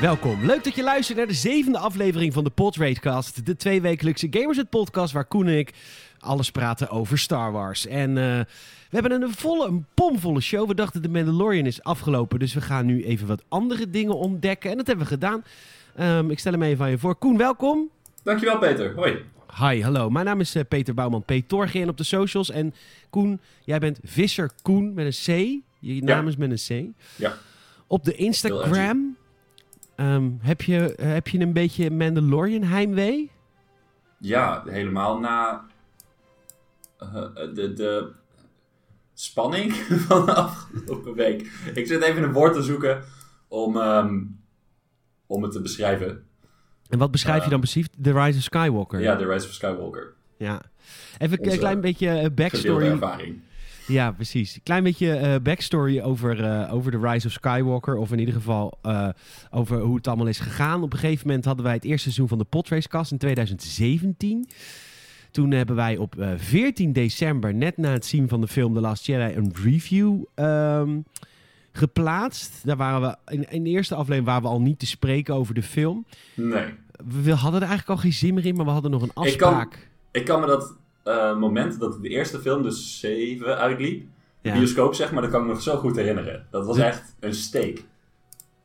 Welkom. Leuk dat je luistert naar de zevende aflevering van de Podraidcast. De tweewekelijkse Gamers het podcast waar Koen en ik alles praten over Star Wars. En eh, we hebben een volle, een pomvolle show. We dachten de Mandalorian is afgelopen, dus we gaan nu even wat andere dingen ontdekken. En dat hebben we gedaan. Ehm, ik stel hem even aan je voor. Koen, welkom. Dankjewel Peter, hoi. Hi, hallo. Mijn naam is eh, Peter Bouwman, P. Torgin op de socials. En Koen, jij bent Visser Koen met een C. Je naam is met een C. Ja. Op de Instagram ehm, heb, je, eh, heb je een beetje Mandalorian heimwee? Ja, helemaal na eh, de, de spanning van de afgelopen week. Ik zit even een woord te zoeken om, ehm, om het te beschrijven. En wat beschrijf je dan precies? The Rise of Skywalker. Ja, The Rise of Skywalker. Ja. Even een Onze klein beetje eh, Gedeelde backstory. ervaring. Ja, precies. Klein beetje eh, backstory over, eh, over The Rise of Skywalker. Of in ieder geval eh, over hoe het allemaal is gegaan. Op een gegeven moment hadden wij het eerste seizoen van de Podracecast in 2017. Toen hebben wij op eh, 14 december, net na het zien van de film The Last Jedi, een review ehm, geplaatst. Daar waren we, in, in de eerste aflevering waren we al niet te spreken over de film. Nee. We hadden er eigenlijk al geen zin meer in, maar we hadden nog een Ik kan- afspraak. Ik kan me dat eh, moment dat de eerste film, dus 7, uitliep, Ja. bioscoop zeg maar, dat kan ik me nog zo goed herinneren. Dat was echt een steek.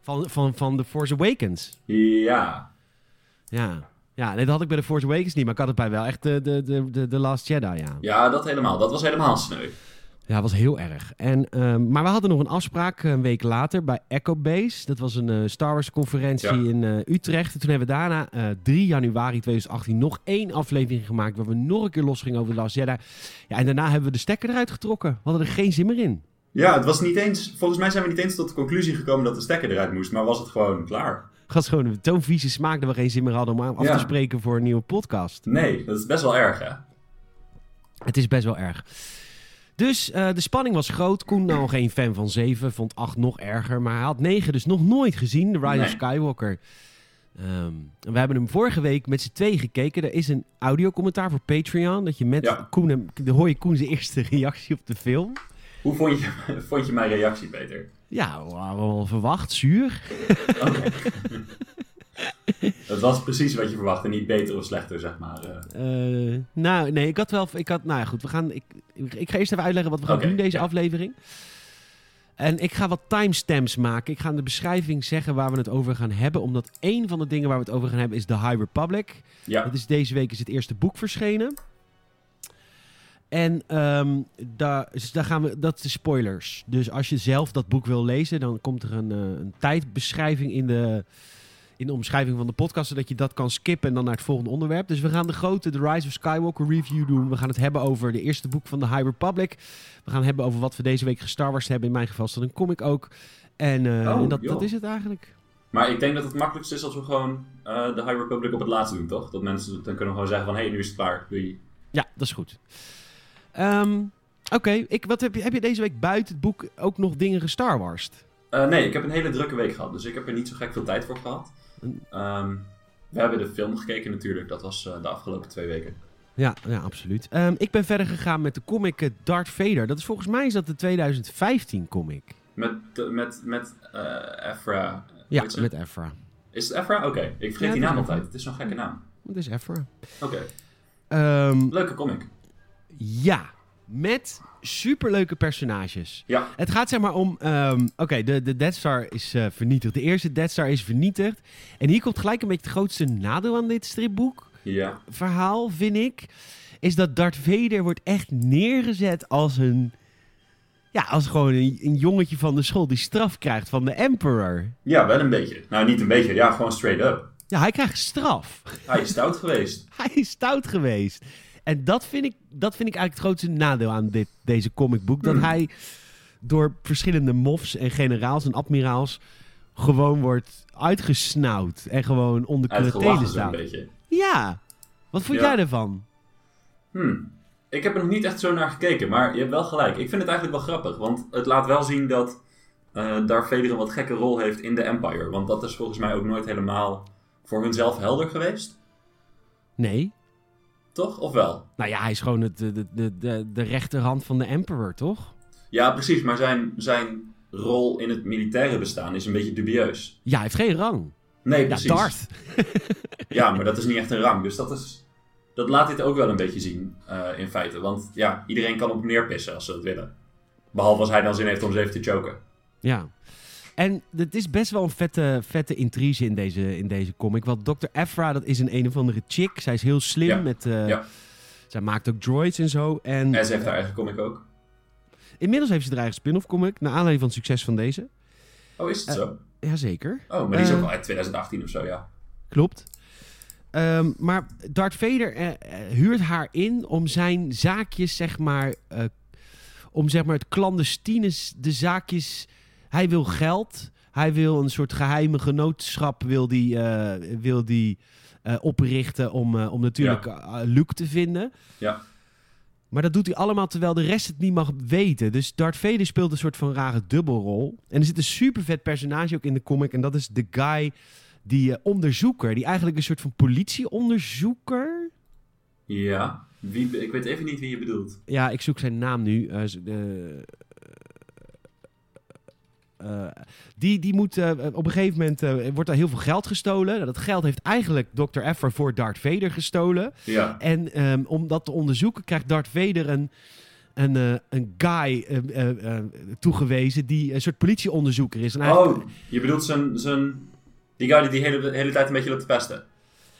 van, van, van The Force Awakens. Ja. Ja. Ja, nee, dat had ik bij de Force Awakens niet, maar ik had het bij wel echt de, de, de, de, de Last Jedi, ja. Ja, dat helemaal. Dat was helemaal sneu. Ja, was heel erg. En, ehm, maar we hadden nog een afspraak eh, een week later bij Echo Base. Dat was een eh, Star Wars conferentie Ja. in eh, Utrecht. En toen hebben we daarna eh, 3 januari 2018 nog één aflevering gemaakt... waar we nog een keer losgingen over The Last Jedi. Ja, en daarna hebben we de stekker eruit getrokken. We hadden er geen zin meer in. Ja, het was niet eens. Volgens mij zijn we niet eens tot de conclusie gekomen dat de stekker eruit moest, maar was het gewoon klaar? Gast gewoon een toonvieze smaak dat we geen zin meer hadden... om af Ja. te spreken voor een nieuwe podcast. Nee, dat is best wel erg, hè? Het is best wel erg. Dus eh, de spanning was groot. Koen, nou geen fan van 7, vond 8 nog erger. Maar hij had 9 dus nog nooit gezien, The Rise Nee. of Skywalker. Ehm, en we hebben hem vorige week met z'n twee gekeken. Er is een audiocommentaar voor Patreon. Dat je met Ja. Koen, hem- dan hoor je Koen zijn eerste reactie op de film. Hoe vond je, vond je mijn reactie, Peter? Ja, we hadden wel verwacht, zuur. Oké. Het was precies wat je verwachtte, niet beter of slechter, zeg maar. eh. Eh, nou, nee, ik had wel... Ik had, nou ja, goed, we gaan, ik, ik ga eerst even uitleggen wat we gaan Oké, doen deze ja. aflevering. En ik ga wat timestamps maken. Ik ga in de beschrijving zeggen waar we het over gaan hebben. Omdat één van de dingen waar we het over gaan hebben is The High Republic. Ja, Dat is deze week is het eerste boek verschenen. En ehm, daar, dus daar gaan we, dat is spoilers. Dus als je zelf dat boek wil lezen, dan komt er een, eh, een tijdbeschrijving in de, in de omschrijving van de podcast. Zodat je dat kan skippen en dan naar het volgende onderwerp. Dus we gaan de grote The Rise of Skywalker review doen. We gaan het hebben over de eerste boek van de High Republic. We gaan het hebben over wat we deze week gestar Wars hebben. In mijn geval is dat een comic ook. En eh, Oh, en dat, joh. dat is het eigenlijk. maar ik denk dat het makkelijkst is als we gewoon eh, de High Republic op het laatste doen, toch? Dat mensen dan kunnen we gewoon zeggen van, hé, hey, nu is het klaar, doei. Ja, dat is goed. Ehm, Oké, ik- wat heb, je, heb je deze week buiten het boek ook nog dingen gestarwarst? Eh, nee, ik heb een hele drukke week gehad, dus ik heb er niet zo gek veel tijd voor gehad. Ehm, we hebben de film gekeken natuurlijk, dat was eh, de afgelopen twee weken. Ja, ja, absoluut. Ehm, ik ben verder gegaan met de comic eh, Darth Vader. Dat is volgens mij is dat de 2015 comic. Met, de- met, met eh Efra. Ja, Weet je? met Efra. Is het Efra? Oké, ik Ja, vergeet die het naam is Efra. altijd. Het is zo'n gekke naam. Dat is Efra. Oké, Ehm, leuke comic. ja, met superleuke personages. Ja, Het gaat zeg maar om... ehm, Oké, de, de Death Star is eh, vernietigd. De eerste Death Star is vernietigd. En hier komt gelijk een beetje het grootste nadeel aan dit stripboek. ja. verhaal, vind ik, is dat Darth Vader wordt echt neergezet als een... Ja, als gewoon een, een jongetje van de school die straf krijgt van de Emperor. ja, wel een beetje. Nou, niet een beetje. Ja, gewoon straight up. Ja, hij krijgt straf. Hij is stout geweest. Hij is stout geweest. En dat vind ik, dat vind ik eigenlijk het grootste nadeel aan dit, deze comicboek. Hmm. Dat hij door verschillende mofs en generaals en admiraals gewoon wordt uitgesnauwd. En gewoon onder curatelen Uitgelachen zo'n staat. beetje. Ja, wat vond Ja. jij daarvan? Hmm. Ik heb er nog niet echt zo naar gekeken, maar je hebt wel gelijk. Ik vind het eigenlijk wel grappig, want het laat wel zien dat eh Darth Vader een wat gekke rol heeft in de Empire. Want dat is volgens mij ook nooit helemaal voor hunzelf helder geweest, Nee, toch? Of wel? Nou ja, hij is gewoon het, de, de- de, de, de rechterhand van de emperor, toch? Ja, precies. Maar zijn, zijn rol in het militaire bestaan is een beetje dubieus. Ja, hij heeft geen rang. Nee, Ja, precies. Darth. Ja, maar dat is niet echt een rang. Dus dat, is, dat laat dit ook wel een beetje zien, eh, in feite. Want ja, iedereen kan op hem neerpissen als ze dat willen. Behalve als hij dan zin heeft om ze even te choken. Ja. En het is best wel een vette, vette intrige in deze, in deze comic. Want Dr. Ephra, dat is een een of andere chick. Zij is heel slim. Ja. Met, eh, Ja. Zij maakt ook droids en zo. En En ze heeft haar eigen comic ook. inmiddels heeft ze haar eigen spin-off comic. Naar aanleiding van het succes van deze. Oh, is het zo? Jazeker. Oh, maar die is eh, ook al uit 2018 of zo, ja. Klopt. Ehm, maar Darth Vader eh, eh, huurt haar in om zijn zaakjes, zeg maar, eh, om zeg maar het clandestine, s- de zaakjes. Hij wil geld, hij wil een soort geheime genootschap, wil die, eh, wil die eh, oprichten om, eh, om natuurlijk eh, Luke te vinden. Ja. Maar dat doet hij allemaal terwijl de rest het niet mag weten. Dus Darth Vader speelt een soort van rare dubbelrol. En er zit een super vet personage ook in de comic. En dat is de guy, die eh, onderzoeker. Die eigenlijk een soort van politieonderzoeker. Ja. Wie, be- ik weet even niet wie je bedoelt. Ja, ik zoek zijn naam nu. Eh, z- eh, eh, die, die moet eh, op een gegeven moment eh, wordt daar heel veel geld gestolen. Nou, dat geld heeft eigenlijk Dr. Effer voor Darth Vader gestolen. Ja. En ehm, om dat te onderzoeken krijgt Darth Vader een, een, eh, een guy eh, eh, eh, toegewezen die een soort politieonderzoeker is. En eigenlijk- Oh, je bedoelt zijn... zijn... Die guy die die hele, hele tijd een beetje loopt te pesten.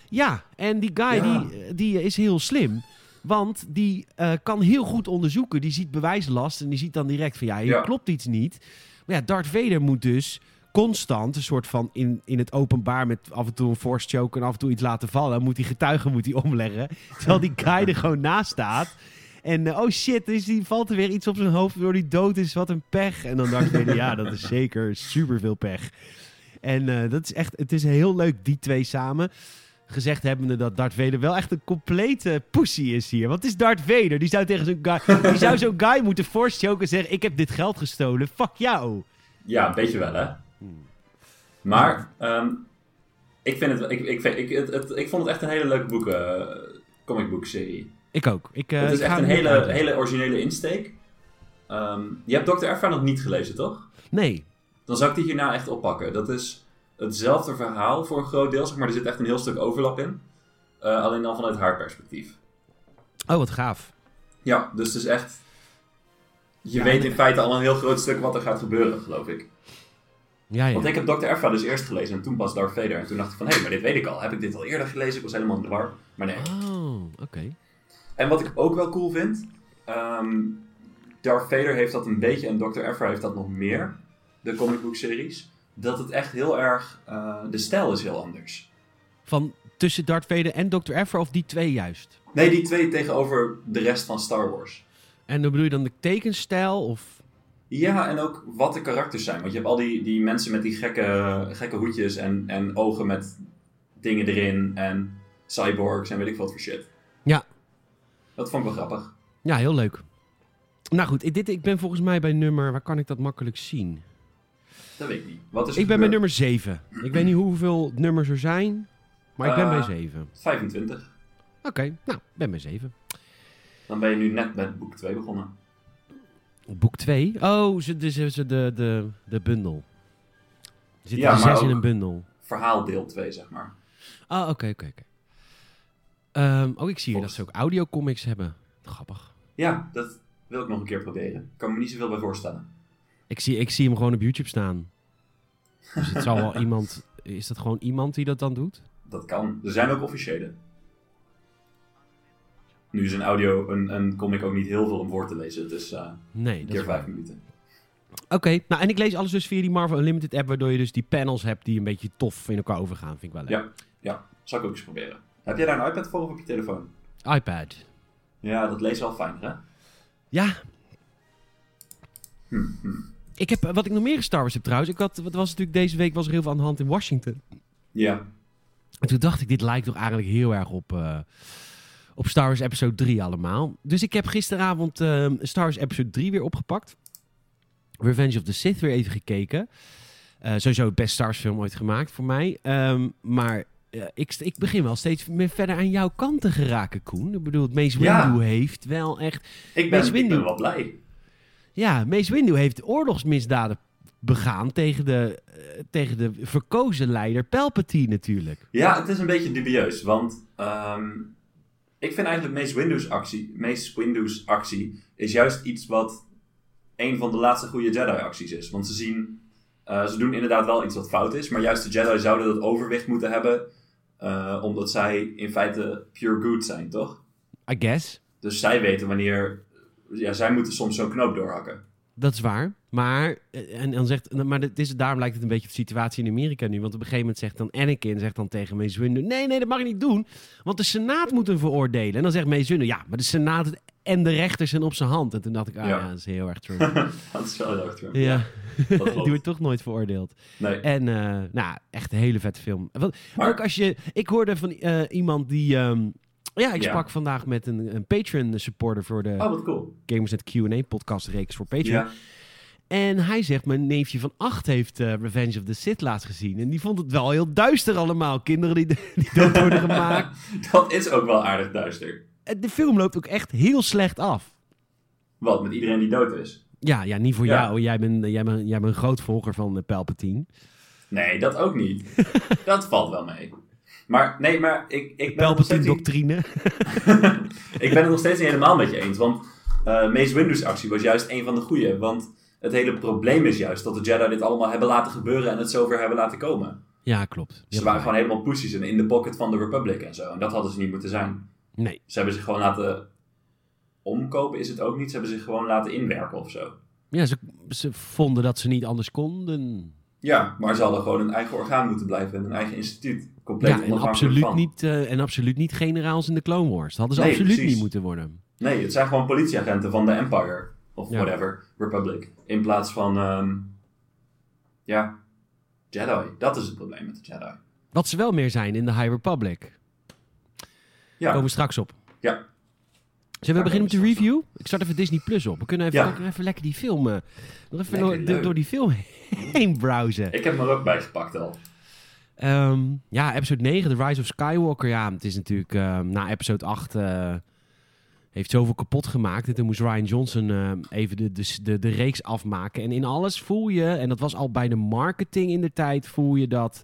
Ja, en die guy Ja. Die, eh, die is heel slim. Want die eh, kan heel goed onderzoeken. Die ziet bewijslast en die ziet dan direct van ja, hier Ja. klopt iets niet. Maar ja, Darth Vader moet dus constant een soort van in, in het openbaar met af en toe een force choke en af en toe iets laten vallen. Moet die getuigen moet hij omleggen. Terwijl die guy er gewoon naast staat. En eh, oh shit, dus die valt er weer iets op zijn hoofd waardoor die dood is. Wat een pech. En dan dacht ik, ja, dat is zeker superveel pech. En eh, dat is echt, het is heel leuk, die twee samen. Gezegd hebbende dat Darth Vader wel echt een complete pussy is hier. Want het is Darth Vader. Die zou tegen zo'n guy, die zou zo'n guy moeten force choken en zeggen: Ik heb dit geld gestolen, fuck jou. Ja, een beetje wel, hè. Hmm. Maar, ehm, ik vind het... Ik, ik, vind- ik, het, het- ik vond het echt een hele leuke boeken... comic book serie. Ik ook. Ik, eh, het is ik ga echt een hem niet hele, uitleggen. hele originele insteek. Ehm, je hebt Dr. Erfa nog niet gelezen, toch? Nee, Dan zou ik die hierna echt oppakken. Dat is hetzelfde verhaal voor een groot deel, zeg maar. Er zit echt een heel stuk overlap in. Eh, alleen dan vanuit haar perspectief. oh wat gaaf. Ja, dus het is echt... Je weet in feite al een heel groot stuk wat er gaat gebeuren, geloof ik. Ja, ja. Want ik heb Dr. Erfa dus eerst gelezen en toen pas Darth Vader. En toen dacht ik van, hé, maar dit weet ik al. Heb ik dit al eerder gelezen? Ik was helemaal in de war. Maar nee. Oh, oké. En wat ik ook wel cool vind, ehm, Darth Vader heeft dat een beetje en Dr. Ephra heeft dat nog meer, de comic book series, dat het echt heel erg, eh, de stijl is heel anders. Van tussen Darth Vader en Dr. Effer of die twee juist? Nee, die twee tegenover de rest van Star Wars. En dan bedoel je dan de tekenstijl of. Ja, en ook wat de karakters zijn. Want je hebt al die, die mensen met die gekke, gekke hoedjes en, en ogen met dingen erin en cyborgs en weet ik wat voor shit. Ja. Dat vond ik wel grappig. Ja, heel leuk. Nou goed, ik, dit, ik ben volgens mij bij nummer. Waar kan ik dat makkelijk zien? Dat weet ik niet. Wat is er Ik ben bij gebeurd? nummer 7. Ik weet niet hoeveel nummers er zijn, maar ik ben Eh, bij 7. 25. Ah. Oké, nou, ik ben bij 7. Dan ben je nu net met boek 2 begonnen. Boek 2. Oh, ze, de, ze, ze- de, de, de bundel. Er zitten Ja, er maar zes in ook- een bundel. verhaal deel 2, zeg maar. Ah, oké, oké, oké. Ehm, oh, ik zie hier dat Volgens- ze ook audiocomics hebben. Grappig. Ja, dat wil ik nog een keer proberen. Ik kan me niet zoveel bij voorstellen. Ik zie, ik zie hem gewoon op YouTube staan. Dus het zal wel iemand... Is dat gewoon iemand die dat dan doet? Dat kan. Er zijn ook officiële. Nu is een audio, een, een comic ook niet heel veel om voor te lezen. Dus eh Nee, een dat is keer waar. vijf minuten. Oké, nou en ik lees alles dus via die Marvel Unlimited app, waardoor je dus die panels hebt die een beetje tof in elkaar overgaan. Vind ik wel leuk. Ja, ja, zal ik ook eens proberen. Heb jij daar een iPad voor of op je telefoon? iPad. Ja, dat leest wel fijn, hè? Ja. Ik heb, eh, wat ik nog meer in Star Wars heb trouwens, ik had, wat was natuurlijk deze week was er heel veel aan de hand in Washington. Ja. En toen dacht ik, dit lijkt toch eigenlijk heel erg op, eh, op Star Wars Episode 3 allemaal. Dus ik heb gisteravond ehm, Star Wars Episode 3 weer opgepakt. Revenge of the Sith weer even gekeken. Eh, sowieso het best Star Wars film ooit gemaakt voor mij. Ehm, maar eh, ik, st- ik begin wel steeds meer verder aan jouw kant te geraken, Koen. Ik bedoel, Mace Ja. Windu heeft wel echt... Mace Ik ben, ik Windu. ben wel blij. Ja, Mace Windu heeft oorlogsmisdaden begaan tegen de, eh, tegen de verkozen leider Palpatine natuurlijk. Ja, het is een beetje dubieus, want ehm, ik vind eigenlijk Mace Windows actie, Mace Windows actie is juist iets wat een van de laatste goede Jedi acties is. Want ze zien, eh, ze doen inderdaad wel iets wat fout is, maar juist de Jedi zouden dat overwicht moeten hebben, eh, omdat zij in feite pure good zijn, toch? I guess. Dus zij weten wanneer, ja, zij moeten soms zo'n knoop doorhakken. Dat is waar. Maar, eh, en dan zegt, maar het is, daarom lijkt het een beetje op de situatie in Amerika nu. Want op een gegeven moment zegt dan Anakin zegt dan tegen Mace Windu... Nee, nee, dat mag je niet doen. Want de Senaat moet hem veroordelen. En dan zegt Mace Windu... Ja, maar de Senaat en de rechter zijn op zijn hand. En toen dacht ik, ah Ja. ja, dat is heel erg Trump. dat is wel heel erg Trump. ja, dat die klopt. wordt toch nooit veroordeeld. Nee. En eh, nou, echt een hele vette film. Want Maar- Ook als je. Ik hoorde van eh, iemand die. ehm, ja, ik Ja. sprak vandaag met een, een Patreon supporter voor de Oh, wat cool. Gamersnet QA podcast reeks voor Patreon. Ja. En hij zegt: Mijn neefje van acht heeft eh, Revenge of the Sith laatst gezien. En die vond het wel heel duister allemaal. Kinderen die, die dood worden gemaakt. dat is ook wel aardig duister. En De film loopt ook echt heel slecht af. Wat, met iedereen die dood is? Ja, ja niet voor Ja. jou. Jij bent, jij, bent, jij bent een groot volger van eh, Palpatine. Nee, dat ook niet. dat valt wel mee. Maar nee, maar ik, ik, ben, het nog steeds niet, Palpatine-doctrine. ik ben het nog steeds niet helemaal met je eens. Want eh Mace Windu's actie was juist een van de goede. Want het hele probleem is juist dat de Jedi dit allemaal hebben laten gebeuren en het zover hebben laten komen. Ja, klopt. Ze waren gewoon helemaal pussies en in de pocket van de Republic en zo. En dat hadden ze niet moeten zijn. Nee. Ze hebben zich gewoon laten omkopen, is het ook niet. Ze hebben zich gewoon laten inwerken of zo. Ja, ze, ze vonden dat ze niet anders konden. Ja, maar ze hadden gewoon een eigen orgaan moeten blijven en een eigen instituut. Compleet ja, en onafhankelijk absoluut, van. niet, eh, en absoluut niet generaals in de Clone Wars. Dat hadden ze Nee, absoluut precies. niet moeten worden. Nee, het zijn gewoon politieagenten van de Empire. Of Ja. whatever, Republic. In plaats van, ehm, ja, Jedi. Dat is het probleem met de Jedi. Wat ze wel meer zijn in de High Republic. Ja, Komen we straks op. ja. Zullen we Daar beginnen met de komen we straks review? Ik start even Disney Plus op. We kunnen even, Ja. nog even lekker die film... eh, nog even Lekker door- leuk. door die film heen browsen. ik heb hem er ook bij gepakt al. Ehm, ja, episode 9, The Rise of Skywalker. Ja, het is natuurlijk ehm, na episode 8 eh, heeft zoveel kapot gemaakt. En toen moest Ryan Johnson ehm, even de, de, de, de reeks afmaken. En in alles voel je, en dat was al bij de marketing in de tijd, voel je dat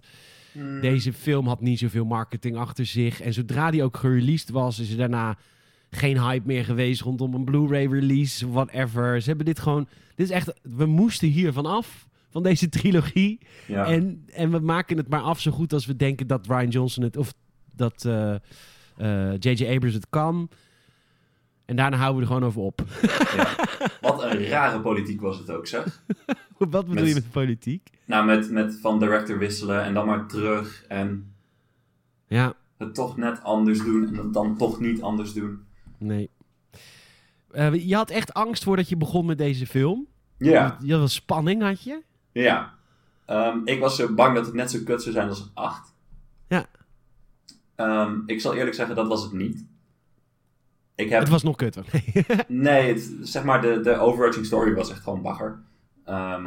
deze film had niet zoveel marketing achter zich. En zodra die ook gereleased was, is er daarna geen hype meer geweest rondom een Blu-ray release, whatever. Ze hebben dit gewoon, dit is echt, we moesten hier vanaf, van deze trilogie. Ja. En, en we maken het maar af zo goed als we denken dat Ryan Johnson het... of dat eh, eh, J.J. Abrams het kan. En daarna houden we er gewoon over op. Wat een rare politiek was het ook, zeg. Wat bedoel Met- je met politiek? Nou, met, met van director wisselen en dan maar terug. En Ja, het toch net anders doen en het dan toch niet anders doen. nee. Eh, je had echt angst voordat je begon met deze film. Ja, Je had wel spanning, had je? ja. Ehm, ik was zo bang dat het net zo kut zou zijn als 8. Ja. Ehm, ik zal eerlijk zeggen, dat was het niet. Ik heb Het was nog kutter. Nee, het- zeg maar, de, de overarching story was echt gewoon bagger. Ehm,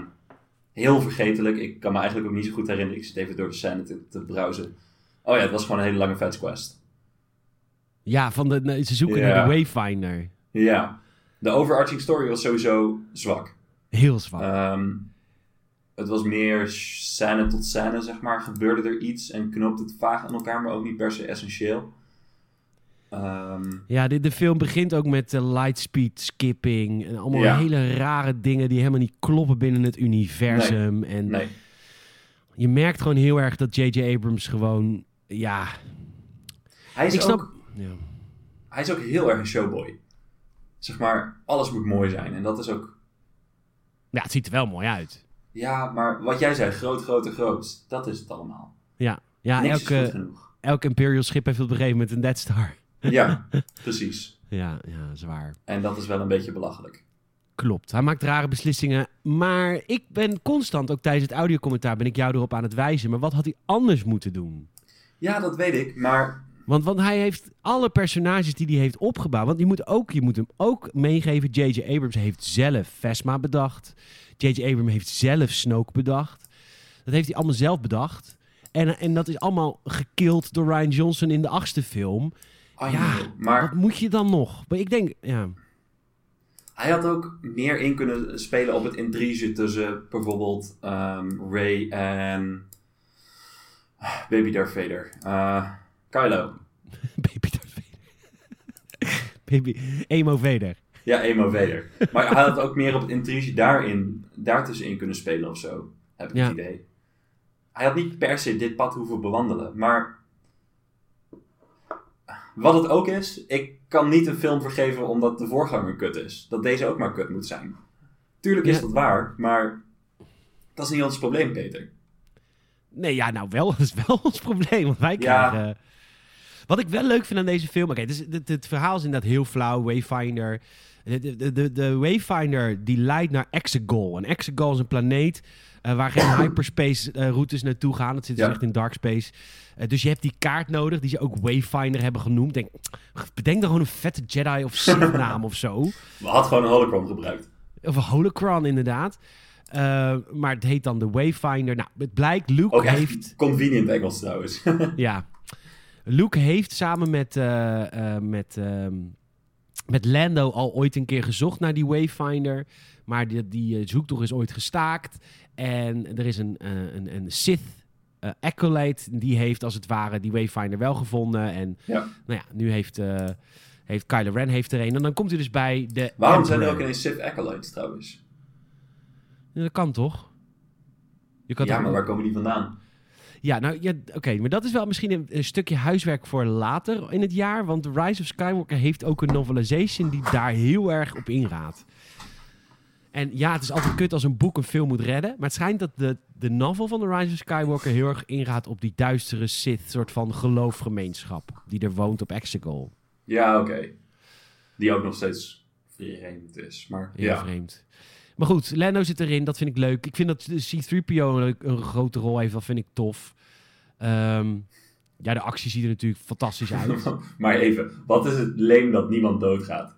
heel vergetelijk. Ik kan me eigenlijk ook niet zo goed herinneren. Ik zit even door de scène te, te browsen. Oh ja, het was gewoon een hele lange fetch quest. ja, van de, nee, ze zoeken Ja. naar de Wayfinder. Ja. De overarching story was sowieso zwak. Heel zwak. Ehm, het was meer scène tot scène, zeg maar. Gebeurde er iets en knoopt het vaag aan elkaar, maar ook niet per se essentieel. Ehm, Ja, de, de film begint ook met eh, lightspeed skipping. En allemaal Ja. hele rare dingen die helemaal niet kloppen binnen het universum. en nee. Je merkt gewoon heel erg dat J.J. Abrams gewoon... Ja, Hij is ik snap... ook- Ja. hij is ook heel erg een showboy. Zeg maar, alles moet mooi zijn. En dat is ook, ja, het ziet er wel mooi uit. ja, maar wat jij zei, groot, groot en groot. Dat is het allemaal. Ja, ja Niks is goed elke, genoeg. elk Imperial schip heeft op een gegeven moment een Death Star. Ja, precies. Ja, ja, zwaar. En dat is wel een beetje belachelijk. Klopt. Hij maakt rare beslissingen. Maar ik ben constant, ook tijdens het audiocommentaar, ben ik jou erop aan het wijzen. Maar wat had hij anders moeten doen? Ja, dat weet ik, maar Want, want hij heeft alle personages die hij heeft opgebouwd. Want je moet, ook, je moet hem ook meegeven. J.J. Abrams heeft zelf Vesma bedacht. J.J. Abrams heeft zelf Snoke bedacht. Dat heeft hij allemaal zelf bedacht. En, en dat is allemaal gekild door Ryan Johnson in de achtste film. I Ja, know. maar Wat moet je dan nog? Maar ik denk, ja, Hij had ook meer in kunnen spelen op het intrige tussen bijvoorbeeld ehm Ray en ah, Baby Darth Vader. Eh, Kylo. Baby Darth Vader. Baby Emo Vader. Ja, Emo Vader. Maar hij had ook meer op het intrige daarin, daartussenin kunnen spelen of zo. Heb ik Ja. het idee. Hij had niet per se dit pad hoeven bewandelen. Maar wat het ook is, ik kan niet een film vergeven omdat de voorganger kut is. Dat deze ook maar kut moet zijn. Tuurlijk is Ja. dat waar, maar dat is niet ons probleem, Peter. Nee, ja, nou wel, dat is wel ons probleem. Want wij Ja. krijgen... eh, Wat ik wel leuk vind aan deze film... Oké, het, is- het, het verhaal is inderdaad heel flauw. Wayfinder... De, de- de, de, de Wayfinder die leidt naar Exegol. En Exegol is een planeet eh, waar geen hyperspace eh, routes naartoe gaan. Dat zit dus Ja. echt in dark space. Eh, dus je hebt die kaart nodig, die ze ook Wayfinder hebben genoemd. Denk, bedenk dan gewoon een vette Jedi of Sith naam of zo. We hadden gewoon een holocron gebruikt. Of een holocron inderdaad. Eh, maar het heet dan de Wayfinder. Nou, het blijkt, Luke Ook echt heeft... convenient Engels trouwens. Ja. Luke heeft samen met, eh, eh, met, ehm, met Lando al ooit een keer gezocht naar die Wayfinder. Maar die, die eh, zoektocht is ooit gestaakt. En er is een, eh, een, een Sith eh, acolyte. Die heeft als het ware die Wayfinder wel gevonden. En ja. nou ja, nu heeft, eh, heeft Kylo Ren heeft er een. En dan komt hij dus bij de Waarom zijn er ook Emperor. ineens Sith Acolytes trouwens? Ja, Dat kan toch? Je kan Ja, toch- maar waar komen die vandaan? Ja, nou ja, oké, maar dat is wel misschien een, een stukje huiswerk voor later in het jaar. Want The Rise of Skywalker heeft ook een novelization die daar heel erg op inraadt. En ja, het is altijd kut als een boek een film moet redden. Maar het schijnt dat de, de novel van The Rise of Skywalker heel erg inraadt op die duistere Sith, soort van geloofgemeenschap die er woont op Exegol. Ja, oké. Die ook nog steeds vreemd is. Maar Heel ja. vreemd. Maar goed, Lando zit erin. Dat vind ik leuk. Ik vind dat de C-3PO een, leuk- een grote rol heeft. Dat vind ik tof. Ehm, ja, de actie ziet er natuurlijk fantastisch uit. maar even, wat is het leem dat niemand doodgaat?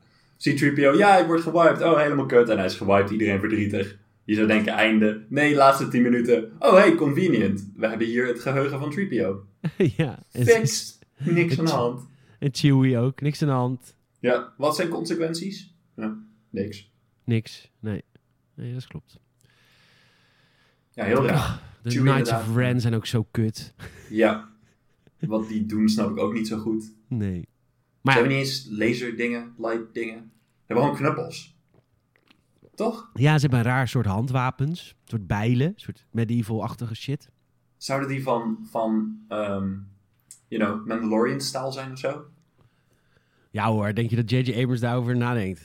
C-3PO, ja, ik word gewiped. Oh, helemaal kut. En hij is gewiped, iedereen verdrietig. Je zou denken, einde. Nee, laatste 10 minuten. Oh, hey, convenient. We hebben hier het geheugen van 3PO. ja, en, Fixed. Niks aan de hand. en Chewie ook. Niks aan de hand. Ja, wat zijn consequenties? Ja, niks. Niks. Nee, nee dat klopt. Ja, heel raar. De Chewie Knights of inderdaad. Ren zijn ook zo kut. Ja. Wat die doen, snap ik ook niet zo goed. Ze Nee. Maar hebben ja, niet eens laser dingen, light dingen. Ze hebben gewoon knuppels. Toch? ja, ze hebben een raar soort handwapens. Een soort bijlen. Een soort medieval-achtige shit. Zouden die van, van ehm, you know, Mandalorian-staal zijn of zo? Ja hoor, denk je dat J.J. Abrams daarover nadenkt?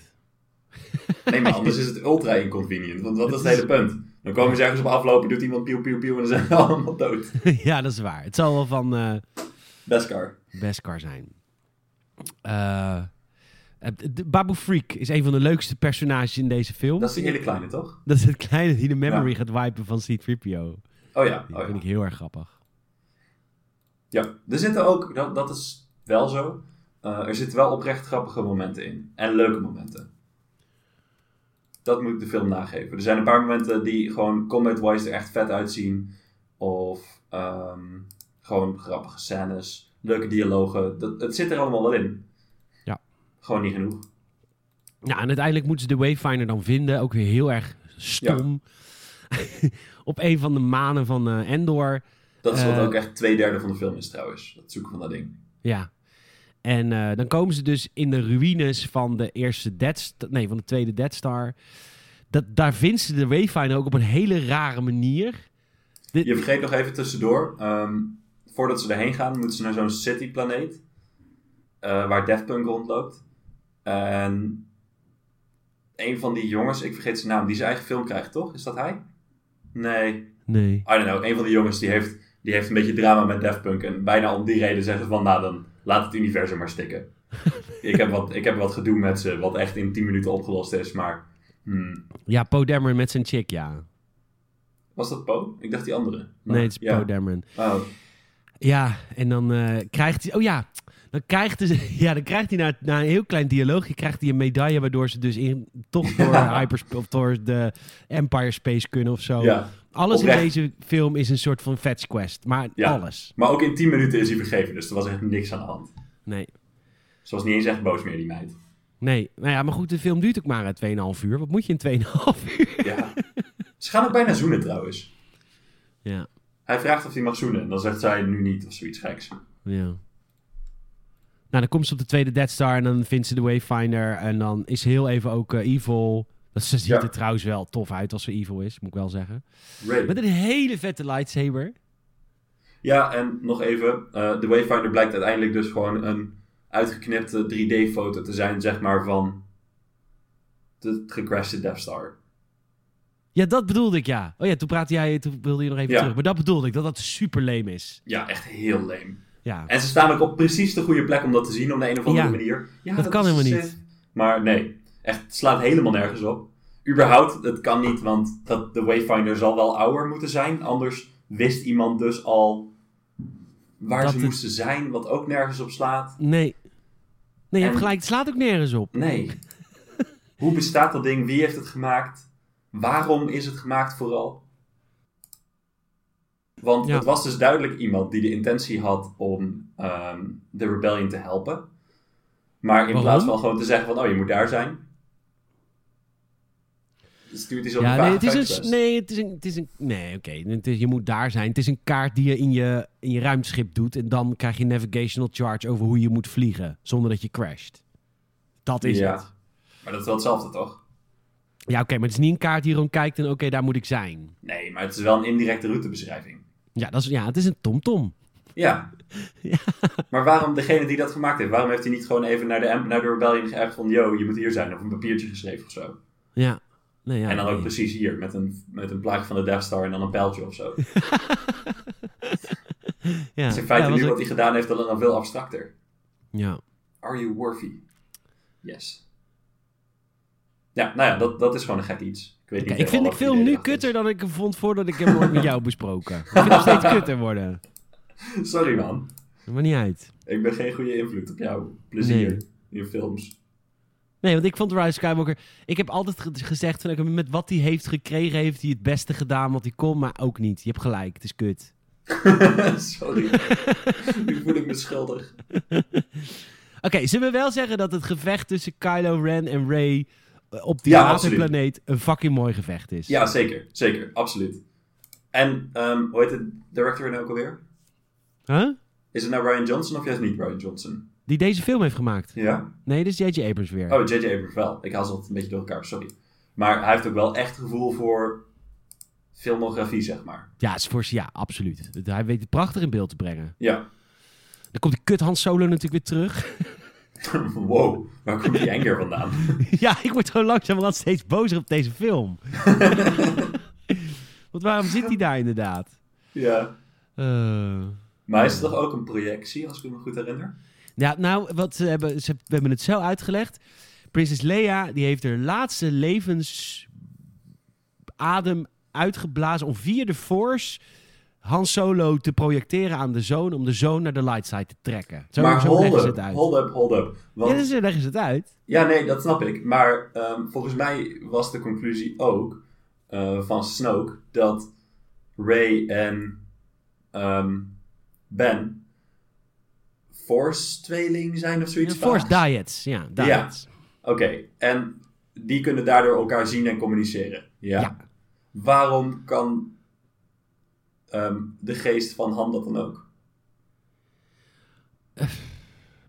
Nee, maar anders is het ultra inconvenient. Want dat is het hele punt. Dan komen ze ergens op aflopen, doet iemand pieuw, pieuw, pieuw en dan zijn we allemaal dood. ja, dat is waar. Het zal wel van... eh, Beskar. Beskar zijn. Eh, eh, de- Babu Freak is een van de leukste personages in deze film. Dat is die hele kleine, toch? Dat is het kleine die de memory Ja. gaat wipen van C-3PO. Oh ja, Die oh vind ja. ik heel erg grappig. ja. Er zitten ook, dat, dat is wel zo, Eh, er zitten wel oprecht grappige momenten in. En leuke momenten. Dat moet ik de film nageven. Er zijn een paar momenten die gewoon combat-wise er echt vet uitzien. Of ehm, gewoon grappige scènes, leuke dialogen. Dat, het zit er allemaal wel in. Ja. Gewoon niet genoeg. Nou, en uiteindelijk moeten ze de Wayfinder dan vinden. Ook weer heel erg stom. Op een van de manen van eh, Endor. Dat is wat Eh. ook echt twee derde van de film is trouwens. Dat zoeken van dat ding. Ja. En eh, dan komen ze dus in de ruïnes van de eerste Dead St- Nee, van de tweede Dead Star. Dat, daar vindt ze de Wayfinder ook op een hele rare manier. Dit- Je vergeet nog even tussendoor. ehm, voordat ze erheen gaan, moeten ze naar zo'n cityplaneet. eh waar Daft Punk rondloopt. En een van die jongens, ik vergeet zijn naam, die zijn eigen film krijgt, toch? Is dat hij? Nee. Nee. I don't know. Een van die jongens die heeft, die heeft een beetje drama met Daft Punk. En bijna om die reden zeggen ze van, nou dan laat het universum maar stikken. ik, heb wat, ik heb wat gedoe met ze, wat echt in 10 minuten opgelost is. Maar hmm. Ja, Poe Dameron met zijn chick, ja. was dat Poe? Ik dacht die andere. Nee, het is ja. Poe Dameron. Oh. Ja, en dan eh, krijgt hij... Oh ja, dan krijgt, hij, ja, dan krijgt hij na, na een heel klein dialoogje krijgt hij een medaille... waardoor ze dus in, toch door, hypersp- of door de Empire Space kunnen of zo. Ja. Alles Oprecht. in deze film is een soort van fetch quest. Maar Ja. alles. Maar ook in 10 minuten is hij vergeven, dus er was echt niks aan de hand. Nee. Ze was niet eens echt boos meer, die meid. Nee, nou ja, maar goed, de film duurt ook maar eh, 2,5 uur. Wat moet je in 2,5 uur? Ja. Ze gaan ook bijna zoenen trouwens. Ja, Hij vraagt of hij mag zoenen. En dan zegt zij nu niet of zoiets geks. ja. Nou, dan komt ze op de tweede Dead Star en dan vindt ze de Wayfinder. En dan is ze heel even ook eh, evil. Dat ze ziet Ja. er trouwens wel tof uit als ze evil is, moet ik wel zeggen. Ray. Met een hele vette lightsaber. Ja, en nog even. eh, de Wayfinder blijkt uiteindelijk dus gewoon een uitgeknipte 3D-foto te zijn, zeg maar, van de gecrashed Death Star. Ja, dat bedoelde ik, ja. Oh ja, toen praatte jij, toen wilde je nog even Ja. terug. Maar dat bedoelde ik, dat dat super lame is. Ja, echt heel lame. Ja, En ze staan ook op precies de goede plek om dat te zien, op de een of andere Ja. manier. Ja, Dat kan is helemaal sick. niet. Maar nee, echt, het slaat helemaal nergens op. Überhaupt, het kan niet, want dat, de Wayfinder zal wel ouder moeten zijn. Anders wist iemand dus al waar Dat ze het- moesten zijn, wat ook nergens op slaat. nee. Nee, je hebt En- gelijk, het slaat ook nergens op. Nee. Hoe bestaat dat ding? Wie heeft het gemaakt? Waarom is het gemaakt vooral? Want Ja. het was dus duidelijk iemand die de intentie had om ehm, de rebellion te helpen. Maar in Waarom? plaats van gewoon te zeggen van, oh, je moet daar zijn. Stuurt hij zo'n Ja, nee, het is een, veiligheidstest. nee, het is een, het is een, nee, oké, het is- je moet daar zijn. Het is een kaart die je in je, in je ruimteschip doet en dan krijg je navigational charge over hoe je moet vliegen, zonder dat je crasht. Dat is Ja. het. Maar dat is wel hetzelfde, toch? Ja, oké, maar het is niet een kaart die je gewoon kijkt en oké, daar moet ik zijn. Nee, maar het is wel een indirecte routebeschrijving. Ja, dat is, ja het is een tomtom. Ja. Maar waarom degene die dat gemaakt heeft, waarom heeft hij niet gewoon even naar de, em- naar de Rebellion geappt van, yo, je moet hier zijn, of een papiertje geschreven of zo. Ja. Nee, ja, en dan ook nee. precies hier, met een, met een plaatje van de Death Star en dan een pijltje of zo. ja. Dus in ja, feite was nu wat ook- hij gedaan heeft, dat is dan veel abstracter. ja. Are you worthy? Yes. Ja, nou ja, dat, dat is gewoon een gek iets. Ik weet Oké, niet ik vind helemaal de wat film idee nu erachter is. kutter dan ik hem vond voordat ik hem ooit met jou besproken. Ik vind hem steeds kutter worden. Sorry man, Maar niet uit. ik ben geen goede invloed op jouw plezier in films. Nee, want ik vond Rise of Skywalker... Ik heb altijd ge- gezegd, van, oké, met wat hij heeft gekregen... heeft hij het beste gedaan wat hij kon, maar ook niet. Je hebt gelijk, het is kut. Sorry, nu voel ik me schuldig. Oké, zullen we wel zeggen dat het gevecht tussen Kylo Ren en Rey... eh, op die Ja, waterplaneet een fucking mooi gevecht is. Ja, zeker. Zeker. Absoluut. En, ehm, hoe heet de director nou ook alweer? Huh? Is het nou Ryan Johnson of juist niet Ryan Johnson? Die deze film heeft gemaakt. Ja. Nee, dit is J.J. Abrams weer. Oh, J.J. Abrams wel. Ik haal ze altijd een beetje door elkaar, sorry. Maar hij heeft ook wel echt gevoel voor filmografie, zeg maar. Ja, is voor, ja, absoluut. Hij weet het prachtig in beeld te brengen. Ja. Dan komt die kut Han Solo natuurlijk weer terug. wow, waar komt die anger vandaan? Ja, ik word gewoon langzamerhand steeds bozer op deze film. Want waarom zit hij daar inderdaad? ja. Eh, Maar hij is toch ook een projectie, als ik me goed herinner? ja, nou, wat ze hebben, ze, we hebben het zo uitgelegd. Prinses Leia, die heeft haar laatste levensadem uitgeblazen om via de Force Han Solo te projecteren aan de zoon, om de zoon naar de light side te trekken. Zo, maar zo leggen hold ze up, het uit. hold up, hold up. Want Ja, zo leggen ze het uit. Ja, nee, dat snap ik. Maar ehm, volgens mij was de conclusie ook eh, van Snoke dat Ray en ehm, Ben Force-tweeling zijn of zoiets. Force vaags. diets, ja, diets. Oké, en die kunnen daardoor elkaar zien en communiceren. Ja. Ja. Waarom kan ehm, de geest van Han dat dan ook?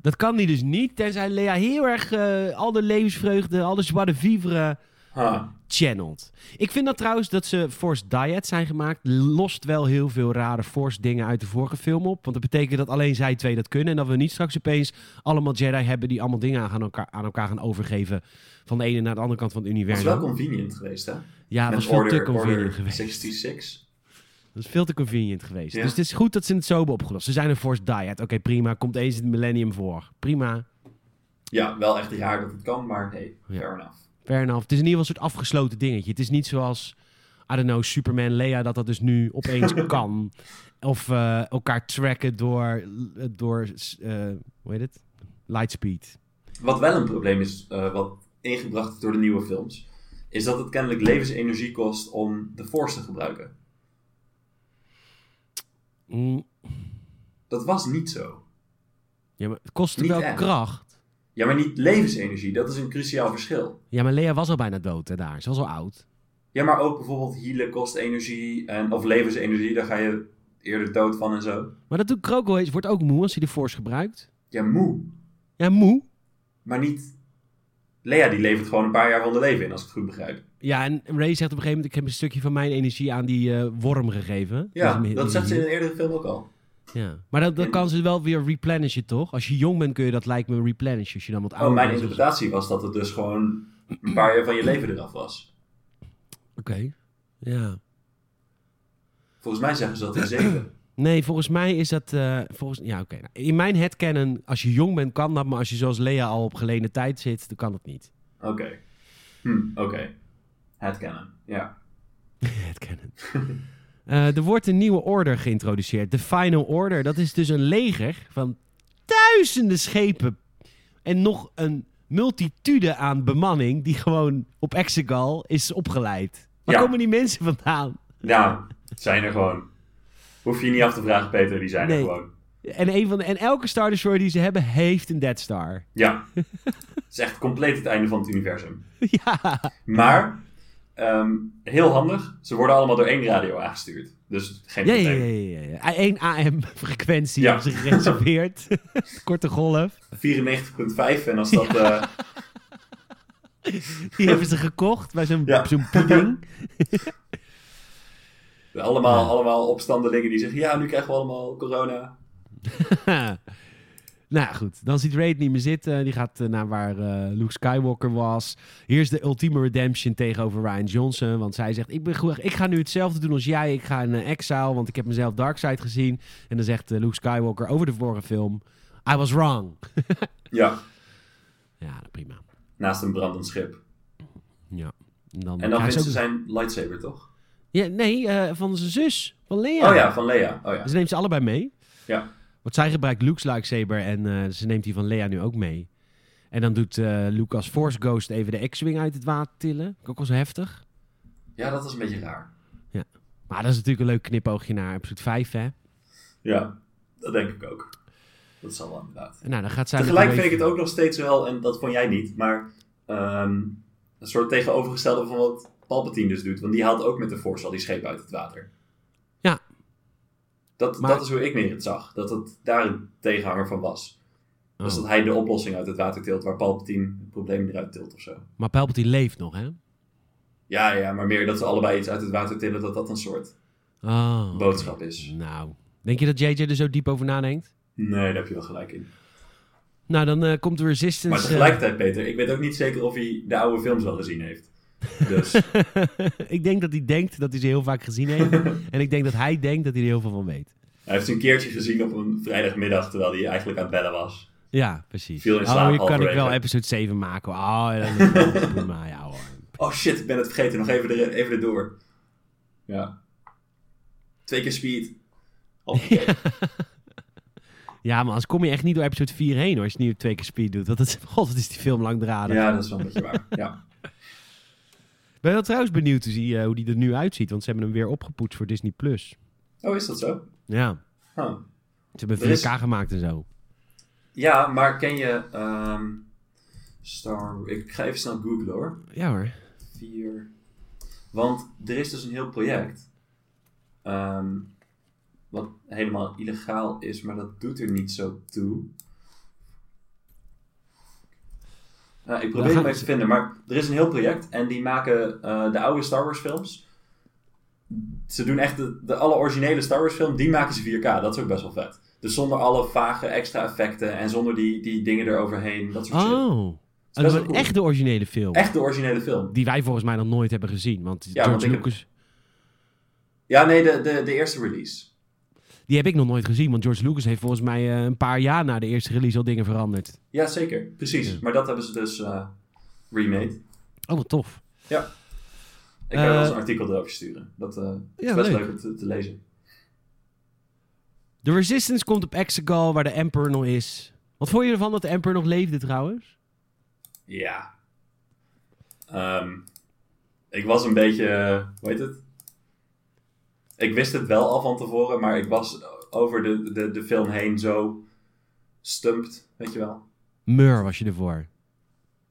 Dat kan die dus niet, tenzij Lea heel erg eh, al de levensvreugde, al de zwarte vivre Ha. channelt. Ik vind dat trouwens dat ze Force Diet zijn gemaakt, lost wel heel veel rare Force dingen uit de vorige film op. Want dat betekent dat alleen zij twee dat kunnen en dat we niet straks opeens allemaal Jedi hebben die allemaal dingen aan, gaan elkaar, aan elkaar gaan overgeven van de ene naar de andere kant van het Dat is universum. wel convenient geweest, hè? ja, dat Met was veel te Order- convenient Order geweest. 66. Dat is veel te convenient geweest. Ja. Dus het is goed dat ze het zo hebben opgelost. Ze zijn een Force Diet. Oké, prima. Komt eens in het millennium voor. Prima. Ja, wel echt raar dat het kan, maar hey, Ja. fair enough. Fair enough. Het is in ieder geval een soort afgesloten dingetje. Het is niet zoals, I don't know, Superman, Lea, dat dat dus nu opeens kan. Of eh, elkaar tracken door, door eh, hoe heet het? Lightspeed. Wat wel een probleem is, eh, wat ingebracht is door de nieuwe films, is dat het kennelijk levensenergie kost om de Force te gebruiken. Mm, Dat was niet zo. Ja, maar het kostte Niet wel echt. kracht. Ja, maar niet levensenergie. Dat is een cruciaal verschil. Ja, maar Lea was al bijna dood hè, daar. Ze was al oud. Ja, maar ook bijvoorbeeld healen kost energie. En, of levensenergie, daar ga je eerder dood van en zo. Maar dat doet Kroko eens, wordt ook moe als hij de force gebruikt. Ja, moe. Ja, moe. Maar niet... Lea die levert gewoon een paar jaar van de leven in, als ik het goed begrijp. Ja, en Ray zegt op een gegeven moment, ik heb een stukje van mijn energie aan die eh, worm gegeven. Dus Ja, is- dat is zegt ze in hier. een eerdere film ook al. Ja. Maar dat, dat En- kan ze wel weer replenishen, toch? Als je jong bent kun je dat lijkt me replenishen. Als je dan wat Oh, ouder mijn bent. interpretatie was dat het dus gewoon een paar jaar van je leven eraf was. Oké, ja. Volgens mij zeggen ze dat in zeven. Nee, volgens mij is dat... eh, volgens... Ja, oké. Nou, in mijn headcanon, als je jong bent kan dat, maar als je zoals Lea al op geleden tijd zit, dan kan dat niet. Oké. Hm, oké. Het kennen. Ja. Headcanon. Eh er wordt een nieuwe order geïntroduceerd. De Final Order. Dat is dus een leger van duizenden schepen. En nog een multitude aan bemanning die gewoon op Exegol is opgeleid. Waar Ja. komen die mensen vandaan? Nou, zijn er gewoon. Hoef je niet af te vragen, Peter. Die zijn Nee. er gewoon. En, een van de, en elke Star Destroyer die ze hebben, heeft een Death Star. Ja. het is echt compleet het einde van het universum. ja. Maar, ehm, heel handig. Ze worden allemaal door één radio aangestuurd. Dus geen Ja, probleem. ja, ja, ja, ja. Eén AM-frequentie Ja. hebben ze gereserveerd. Korte golf. 94.5 en als dat... eh, Die hebben ze gekocht bij zo'n Ja. zo'n pudding. allemaal, allemaal opstandelingen die zeggen... Ja, nu krijgen we allemaal corona. nou ja, Nou, goed, dan ziet Ray het niet meer zitten. Die gaat eh, naar waar eh, Luke Skywalker was. Hier is de ultieme redemption tegenover Ryan Johnson. Want zij zegt, ik, ben goed, ik ga nu hetzelfde doen als jij. Ik ga in eh, exile, want ik heb mezelf Darkseid gezien. En dan zegt eh, Luke Skywalker over de vorige film... I was wrong. Ja, Ja, prima. naast een brandend schip. Ja. En dan, En dan krijgt vindt ze ze ook- zijn lightsaber, toch? ja, Nee, eh, van zijn zus, van Lea. Oh ja, van Lea. Oh ja. Ze neemt ze allebei mee. Ja. Want zij gebruikt Luke's lightsaber en eh, ze neemt die van Leia nu ook mee. En dan doet eh Luke als Force Ghost even de X-Wing uit het water tillen. Ook al zo heftig. ja, dat is een beetje raar. Maar dat is natuurlijk een leuk knipoogje naar episode 5, hè? Ja, dat denk ik ook. Dat zal wel inderdaad. En nou, dan gaat zij... met Tegelijk Ray- vind ik het ook nog steeds wel, en dat vond jij niet, maar ehm, een soort tegenovergestelde van wat Palpatine dus doet. Want die haalt ook met de Force al die schepen uit het water. Ja. Dat, Maar- dat is hoe ik meer het zag. Dat het daar een tegenhanger van was. Oh, Dus dat hij de oplossing uit het water tilt, waar Palpatine het probleem eruit tilt of zo. Maar Palpatine leeft nog, hè? Ja, ja, maar meer dat ze allebei iets uit het water tillen, dat dat een soort Oh, oké. boodschap is. Nou, denk je dat JJ er zo diep over nadenkt? Nee, daar heb je wel gelijk in. Nou, dan eh, komt de Maar Resistance... eh, tegelijkertijd, Peter, ik weet ook niet zeker of hij de oude films wel gezien heeft. Dus eh, ik denk dat hij denkt dat hij ze heel vaak gezien heeft. en ik denk dat hij denkt dat hij er heel veel van weet. hij heeft ze een keertje gezien op een vrijdagmiddag, terwijl hij eigenlijk aan het bellen was. Ja, precies. Viel in slaap oh, hier kan ik halverwege. wel episode 7 maken. Oh, ja, dat is wel prima. Ja, hoor. Oh shit, ik ben het vergeten, nog even, er, even erdoor. Ja. Twee keer speed. Oh, Ja, maar als kom je echt niet door episode 4 heen hoor. Als je het nu twee keer speed doet. Dat is, god, wat is die film langdradig. ja, dat is wel een beetje waar. Ja. Ik ben wel trouwens benieuwd te zien eh, hoe die er nu uitziet. Want ze hebben hem weer opgepoetst voor Disney+. Plus. Oh, is dat zo? Ja, Huh. ze hebben Er 4K is- gemaakt en zo. Ja, maar ken je... ehm, Star... Ik ga even snel googlen hoor. Ja hoor. Vier. Want er is dus een heel project. ehm, wat helemaal illegaal is, maar dat doet er niet zo toe. Nou, ik probeer Dan hem gaan even te vinden, maar er is een heel project en die maken eh, de oude Star Wars films. Ze doen echt de, de alle originele Star Wars film, die maken ze 4K. Dat is ook best wel vet. Dus zonder alle vage extra effecten en zonder die, die dingen eroverheen. Dat soort shit. Oh. wel Dat was cool. echt de originele film. Echt de originele film. Die wij volgens mij nog nooit hebben gezien. Want want George ik heb- Lucas... Ja, nee, de, de, de eerste release. Die heb ik nog nooit gezien. Want George Lucas heeft volgens mij eh, een paar jaar na de eerste release al dingen veranderd. Ja, zeker. Precies. Ja. Maar dat hebben ze dus eh, remade. Oh, wat tof. Ik kan je wel eens Eh, een artikel erover sturen. Dat eh, is ja, best leuk. leuk, om te, te lezen. De Resistance komt op Exegol, waar de Emperor nog is. Wat vond je ervan dat de Emperor nog leefde trouwens? Ja. Ehm, ik was een beetje... eh, hoe heet het? Ik wist het wel al van tevoren, maar ik was over de, de, de film heen zo stumped, weet je wel. Mur was je ervoor.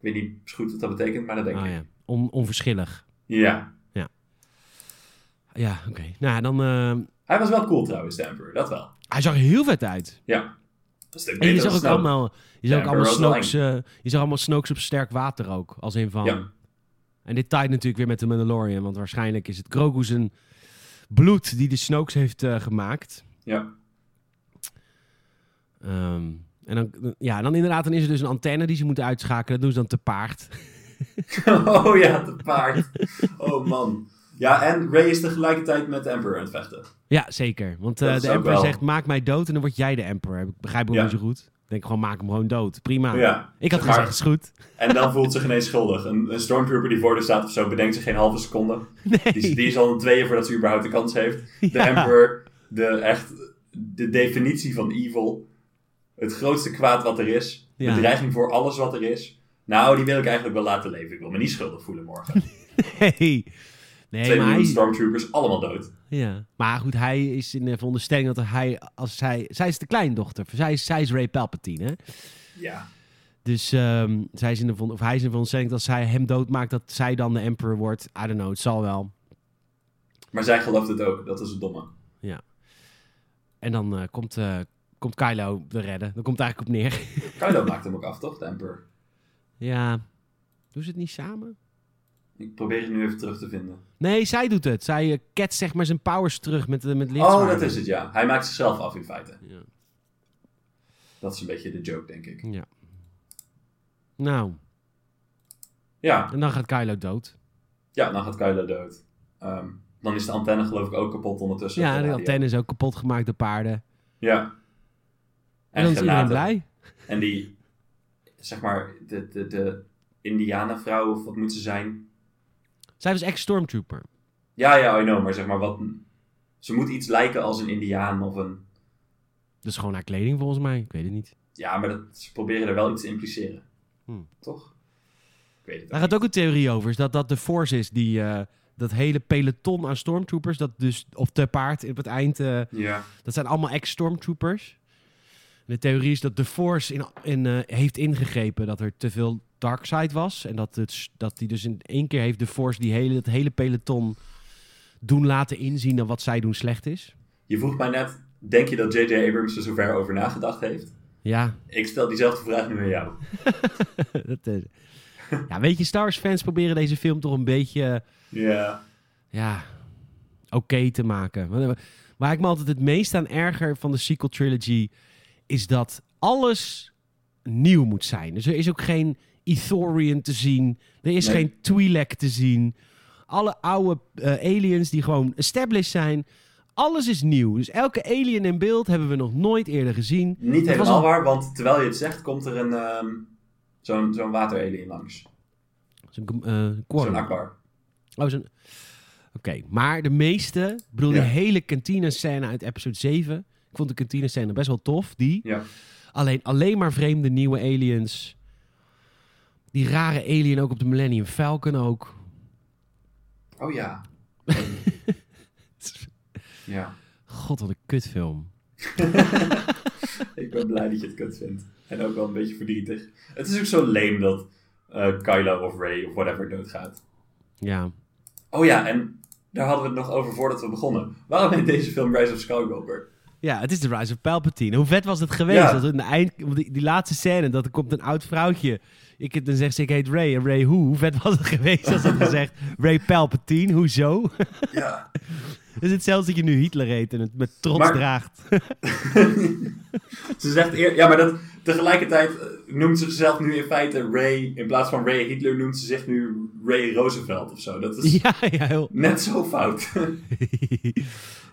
Ik weet niet goed wat dat betekent, maar dat denk Ah, ik. ja. On- onverschillig. Ja. Ja, oké. Nou, dan... eh, Hij was wel cool trouwens, Denver. Dat wel. hij zag er heel vet uit. Ja. Dat is de En je betere zag ook snel. allemaal, je zag Ja, ook allemaal, Burrow was snokes, eh, je zag allemaal snokes op sterk water ook. Als in van... Ja. En dit taait natuurlijk weer met de Mandalorian. Want waarschijnlijk is het Grogu zijn bloed die de Snokes heeft eh, gemaakt. Ja. Ehm, en dan, ja, dan inderdaad, dan is er dus een antenne die ze moeten uitschakelen. Dat doen ze dan te paard. oh ja, te paard. Oh man. Ja, en Ray is tegelijkertijd met de Emperor aan het vechten. Ja, zeker. Want eh, Dat is de ook Emperor wel- zegt, maak mij dood en dan word jij de Emperor. Ik begrijp ook Ja. niet zo goed. Ik denk gewoon, maak hem gewoon dood. Prima. Ja. Ik had Maar- gezegd, is goed. En dan voelt ze geen eens schuldig. Een, een stormtrooper die voor haar staat of zo bedenkt zich geen halve seconde. Die, is- die is al een tweeën voordat ze überhaupt de kans heeft. De Ja. Emperor, de, echt de definitie van evil. Het grootste kwaad wat er is. Ja. Bedreiging voor alles wat er is. Nou, die wil ik eigenlijk wel laten leven. Ik wil me niet schuldig voelen morgen. Nee, Twee nee maar, miljoen hij, stormtroopers, allemaal dood. ja. maar goed, hij is in de veronderstelling dat hij, als zij, zij is de kleindochter. Zij is, zij is Ray Palpatine, hè? Ja. Dus ehm, zij is in de, von- of hij is in de veronderstelling dat zij hem doodmaakt, dat zij dan de emperor wordt. I don't know, het zal wel. Maar zij gelooft het ook. Dat is het domme. En dan eh, komt, eh, komt Kylo de redden. Dan komt het eigenlijk op neer. Kylo maakt hem ook af, toch? De Emperor. ja, doen ze het niet samen? Ik probeer het nu even terug te vinden. Nee, zij doet het. Zij eh, ketst zeg maar zijn powers terug met, eh, met Oh, lichtzwaarden. dat is het, ja. Hij maakt zichzelf af in feite. Ja. Dat is een beetje de joke, denk ik. Ja. Nou, Ja, en dan gaat Kylo dood. ja dan gaat Kylo dood. Ehm, dan is de antenne geloof ik ook kapot ondertussen. ja, de radio. antenne is ook kapot gemaakt door paarden. Ja. En, dan is iedereen granaten. blij. En die, zeg maar, de, de, de indianenvrouw of wat moet ze zijn? Zij was ex-stormtrooper. Ja, ja, I know, maar zeg maar wat... Ze moet iets lijken als een indiaan of een... Dat is gewoon haar kleding volgens mij. Ik weet het niet. Ja, maar dat, ze proberen er wel iets te impliceren. Hmm. Toch? Ik weet het Daar ook gaat ook een theorie over. Is dat dat de Force is die eh, dat hele peloton aan stormtroopers, dat dus op te paard op het eind, eh, niet. Ja. dat zijn allemaal ex-stormtroopers. En De theorie is dat de Force in, in, eh, heeft ingegrepen dat er te veel dark side was. En dat, het, s- dat die dus in één keer heeft de Force die hele, het hele peloton doen laten inzien dat wat zij doen slecht is. Je vroeg mij net, denk je dat J.J. Abrams er zover over nagedacht heeft? Ja, Ik stel diezelfde vraag nu aan jou. dat, eh, ja weet je, Star Wars fans proberen deze film toch een beetje... eh, Ja. ja, oké te maken. Waar- Waar ik me altijd het meest aan erger van de sequel trilogy is dat alles nieuw moet zijn. Dus er is ook geen Ethorian te zien. Er is Nee. geen Twi'lek te zien. Alle oude eh, aliens die gewoon established zijn. Alles is nieuw. Dus elke alien in beeld hebben we nog nooit eerder gezien. Niet Dat was helemaal al- waar, want terwijl je het zegt, komt er een ehm, zo'n zo'n wateralien langs. Zo'n eh, Quorum. Zo'n akbar. Oh, zo'n- Oké, maar de meeste, ik bedoel Ja. die hele kantine-scène uit episode 7. Ik vond de kantine-scène best wel tof. Die, Ja. alleen, alleen maar vreemde nieuwe aliens. Die rare alien ook op de Millennium Falcon ook. Oh ja. ja. God, wat een kutfilm. Ik ben blij dat je het kut vindt. En ook wel een beetje verdrietig. Het is ook zo lame dat eh, Kylo of Ray of whatever doodgaat. Ja. Oh ja, en daar hadden we het nog over voordat we begonnen. Waarom heet deze film Rise of Skywalker? Ja, het is de Rise of Palpatine. Hoe vet was het geweest? Ja. Dat in de eind, want die, die laatste scène, dat er komt een oud vrouwtje. Ik, heb- dan zegt ze, ik heet Ray. En Ray hoe? Hoe vet was het geweest als dat gezegd? Ray Palpatine, hoezo? Ja. is het zelfs dat je nu Hitler heet en het met trots Maar- draagt. Ze zegt eer... Ja, maar dat, tegelijkertijd eh, noemt ze zichzelf nu in feite Ray... In plaats van Ray Hitler noemt ze zich nu Ray Roosevelt of zo. Dat is Ja, ja, heel. net zo fout.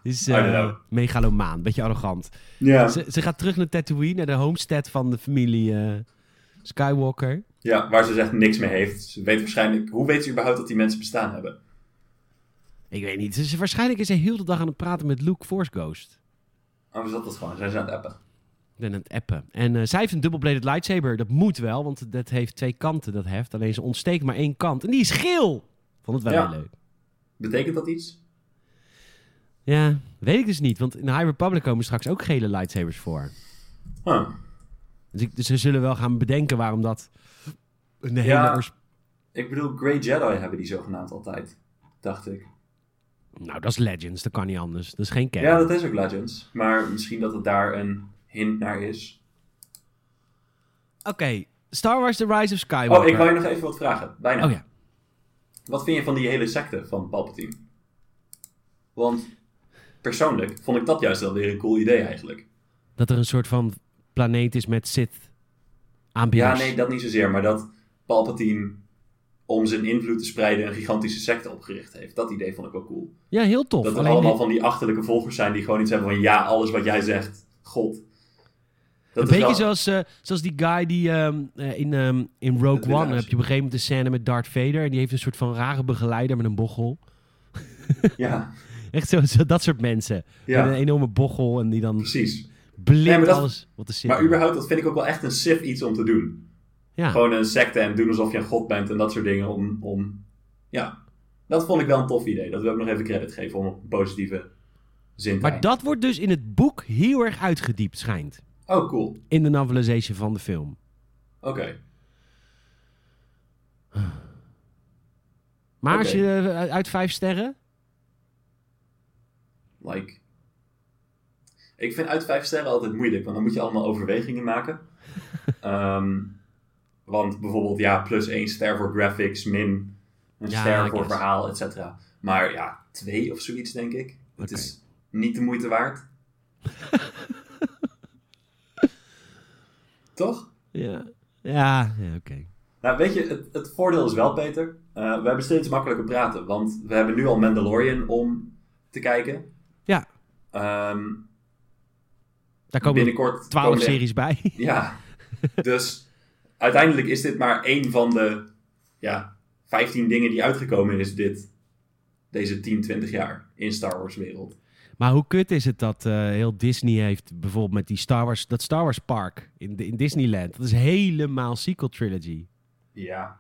is I don't eh, know. megalomaan, beetje arrogant. ja. Ze, ze gaat terug naar Tatooine, naar de homestead van de familie eh, Skywalker. ja, waar ze echt niks mee heeft. Ze weet waarschijnlijk... Hoe weet ze überhaupt dat die mensen bestaan hebben? Ik weet niet, ze, waarschijnlijk is ze heel de dag aan het praten met Luke Force Ghost. Anders zat dat gewoon. Zijn Oh, ze aan het appen. En aan het appen. En eh, zij heeft een dubbelbladed lightsaber, dat moet wel, want dat heeft twee kanten, dat heft. Alleen ze ontsteekt maar één kant en die is geel! Vond het wel Ja. heel leuk. Betekent dat iets? Ja, weet ik dus niet, want in de High Republic komen straks ook gele lightsabers voor. Huh. Dus, ik, dus ze zullen wel gaan bedenken waarom dat een hele... Ja. oors- Ik bedoel, Grey Jedi hebben die zogenaamd altijd, dacht ik. Nou, dat is Legends, dat kan niet anders. Dat is geen canon. Ja, dat is ook Legends. Maar misschien dat het daar een hint naar is. Oké, Star Wars The Rise of Skywalker. Oh, ik wou je nog even wat vragen. Bijna. Oh ja. Wat vind je van die hele secte van Palpatine? Want persoonlijk vond ik dat juist wel weer een cool idee eigenlijk. Dat er een soort van planeet is met Sith Ja, aanbieders. nee, dat niet zozeer. Maar dat Palpatine om zijn invloed te spreiden een gigantische secte opgericht heeft. Dat idee vond ik wel cool. Ja, heel tof. Dat er Alleen allemaal dit- van die achterlijke volgers zijn die gewoon iets hebben van ja, alles wat jij zegt, God. Dat een beetje zoals, eh, zoals die guy die ehm, eh, in, ehm, in Dat Rogue wil One... heb je op uitzien. een gegeven moment de scène met Darth Vader... en die heeft een soort van rare begeleider met een bochel. Ja, Echt zo, zo- dat soort mensen. Ja. Met een enorme bochel en die dan precies. blind Nee, maar dat- alles wat er zit. Maar überhaupt, dat vind ik ook wel echt een sif iets om te doen. Ja. Gewoon een secte en doen alsof je een god bent en dat soort dingen. Om, om... Ja, dat vond ik wel een tof idee. Dat wil ik nog even credit geven om op een positieve zin te Maar eindigen. dat wordt dus in het boek heel erg uitgediept, schijnt. Oh, cool. In de novelization van de film. Oké. Maar Oké. als je eh, uit- uit vijf sterren... Like. Ik vind uit vijf sterren altijd moeilijk, want dan moet je allemaal overwegingen maken. Ehm, want bijvoorbeeld, ja, plus één ster voor graphics, min een Ja, ster I voor guess. verhaal, et cetera. Maar ja, twee of zoiets, denk ik. Het Oké. is niet de moeite waard. Toch? Ja, ja, ja, oké. Nou, weet je, het, het voordeel is wel, Peter. eh, we hebben steeds makkelijker praten, want we hebben nu al Mandalorian om te kijken. Ja, Ehm daar komen binnenkort twaalf komen er- series bij. Ja, dus uiteindelijk is dit maar één van de ja, 15 dingen die uitgekomen is dit, deze 10, 20 jaar in Star Wars wereld. maar hoe kut is het dat eh, heel Disney heeft bijvoorbeeld met die Star Wars, dat Star Wars park in, de- in Disneyland. Dat is helemaal sequel trilogy. Ja.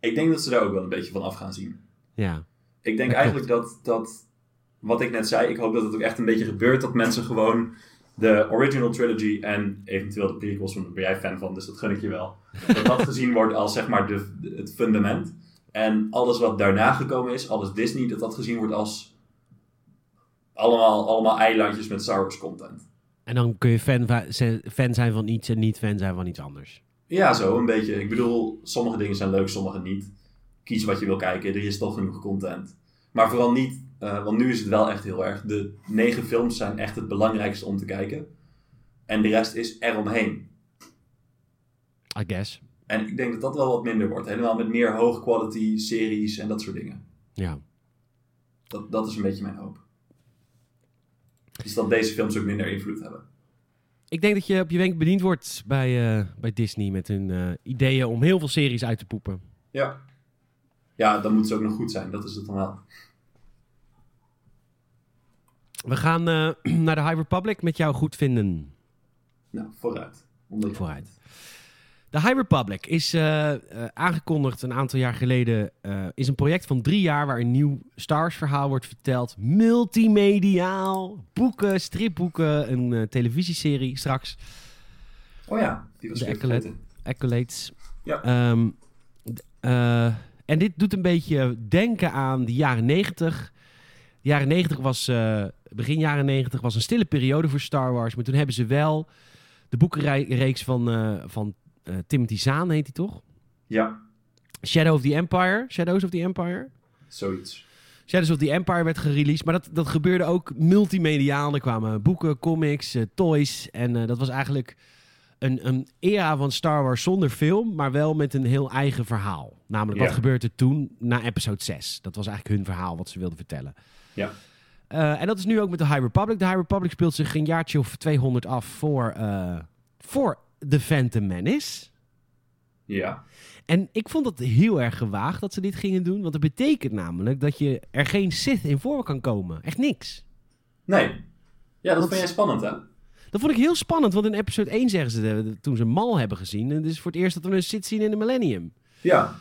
Ik denk dat ze daar ook wel een beetje van af gaan zien. Ja, Ik denk Ja, eigenlijk dat, dat, wat ik net zei, ik hoop dat het ook echt een beetje gebeurt dat mensen gewoon de original trilogy en eventueel de prequels, want daar ben jij fan van, dus dat gun ik je wel. Dat dat gezien wordt als zeg maar de, de- het fundament. En alles wat daarna gekomen is, alles Disney, dat dat gezien wordt als allemaal, allemaal eilandjes met Star Wars content. en dan kun je fan, va- ze- fan zijn van iets en niet fan zijn van iets anders. Ja, zo een beetje. Ik bedoel, sommige dingen zijn leuk, sommige niet. Kies wat je wil kijken, er is toch genoeg content. Maar vooral niet, eh, want nu is het wel echt heel erg. De negen films zijn echt het belangrijkste om te kijken. En de rest is eromheen. I guess. En ik denk dat dat wel wat minder wordt. Helemaal met meer hoog quality series en dat soort dingen. Ja. Dat, dat is een beetje mijn hoop. Dus dat deze films ook minder invloed hebben. Ik denk dat je op je wenk bediend wordt bij, eh, bij Disney met hun eh, ideeën om heel veel series uit te poepen. Ja. Ja, dan moet ze ook nog goed zijn. Dat is het dan wel. We gaan eh, naar de High Republic met jou goed vinden. Nou, vooruit. Onder- Vooruit. De High Republic is eh, eh, aangekondigd een aantal jaar geleden. eh, is een project van drie jaar waar een nieuw Star Wars verhaal wordt verteld. Multimediaal. Boeken, stripboeken, een eh, televisieserie straks. Oh ja, die was De ik weer Accolade. vergeten. Accolades. Ja. Ehm, d- eh, en dit doet een beetje denken aan de jaren 90. De jaren 90 was, eh, begin jaren 90 was een stille periode voor Star Wars. Maar toen hebben ze wel de boekenreeks van, eh, van eh, Timothy Zahn, heet die toch? Ja. Shadow of the Empire. Shadows of the Empire. Zoiets. Shadows of the Empire werd gereleased. Maar dat, dat gebeurde ook multimediaal. Er kwamen boeken, comics, eh, toys. En eh, dat was eigenlijk een, een era van Star Wars zonder film. Maar wel met een heel eigen verhaal. Namelijk, wat Ja. gebeurde er toen na episode 6? Dat was eigenlijk hun verhaal wat ze wilden vertellen. Ja. Eh, en dat is nu ook met de High Republic. De High Republic speelt zich een jaartje of 200 af voor, eh, voor The Phantom Menace. Ja. En ik vond dat heel erg gewaagd dat ze dit gingen doen. Want dat betekent namelijk dat je er geen Sith in voor kan komen. Echt niks. Nee. Ja, dat Want- vind jij spannend, hè? Dat vond ik heel spannend, want in episode 1 zeggen ze eh, toen ze Mal hebben gezien. En dit is voor het eerst dat we een Sith zien in de Millennium. Ja.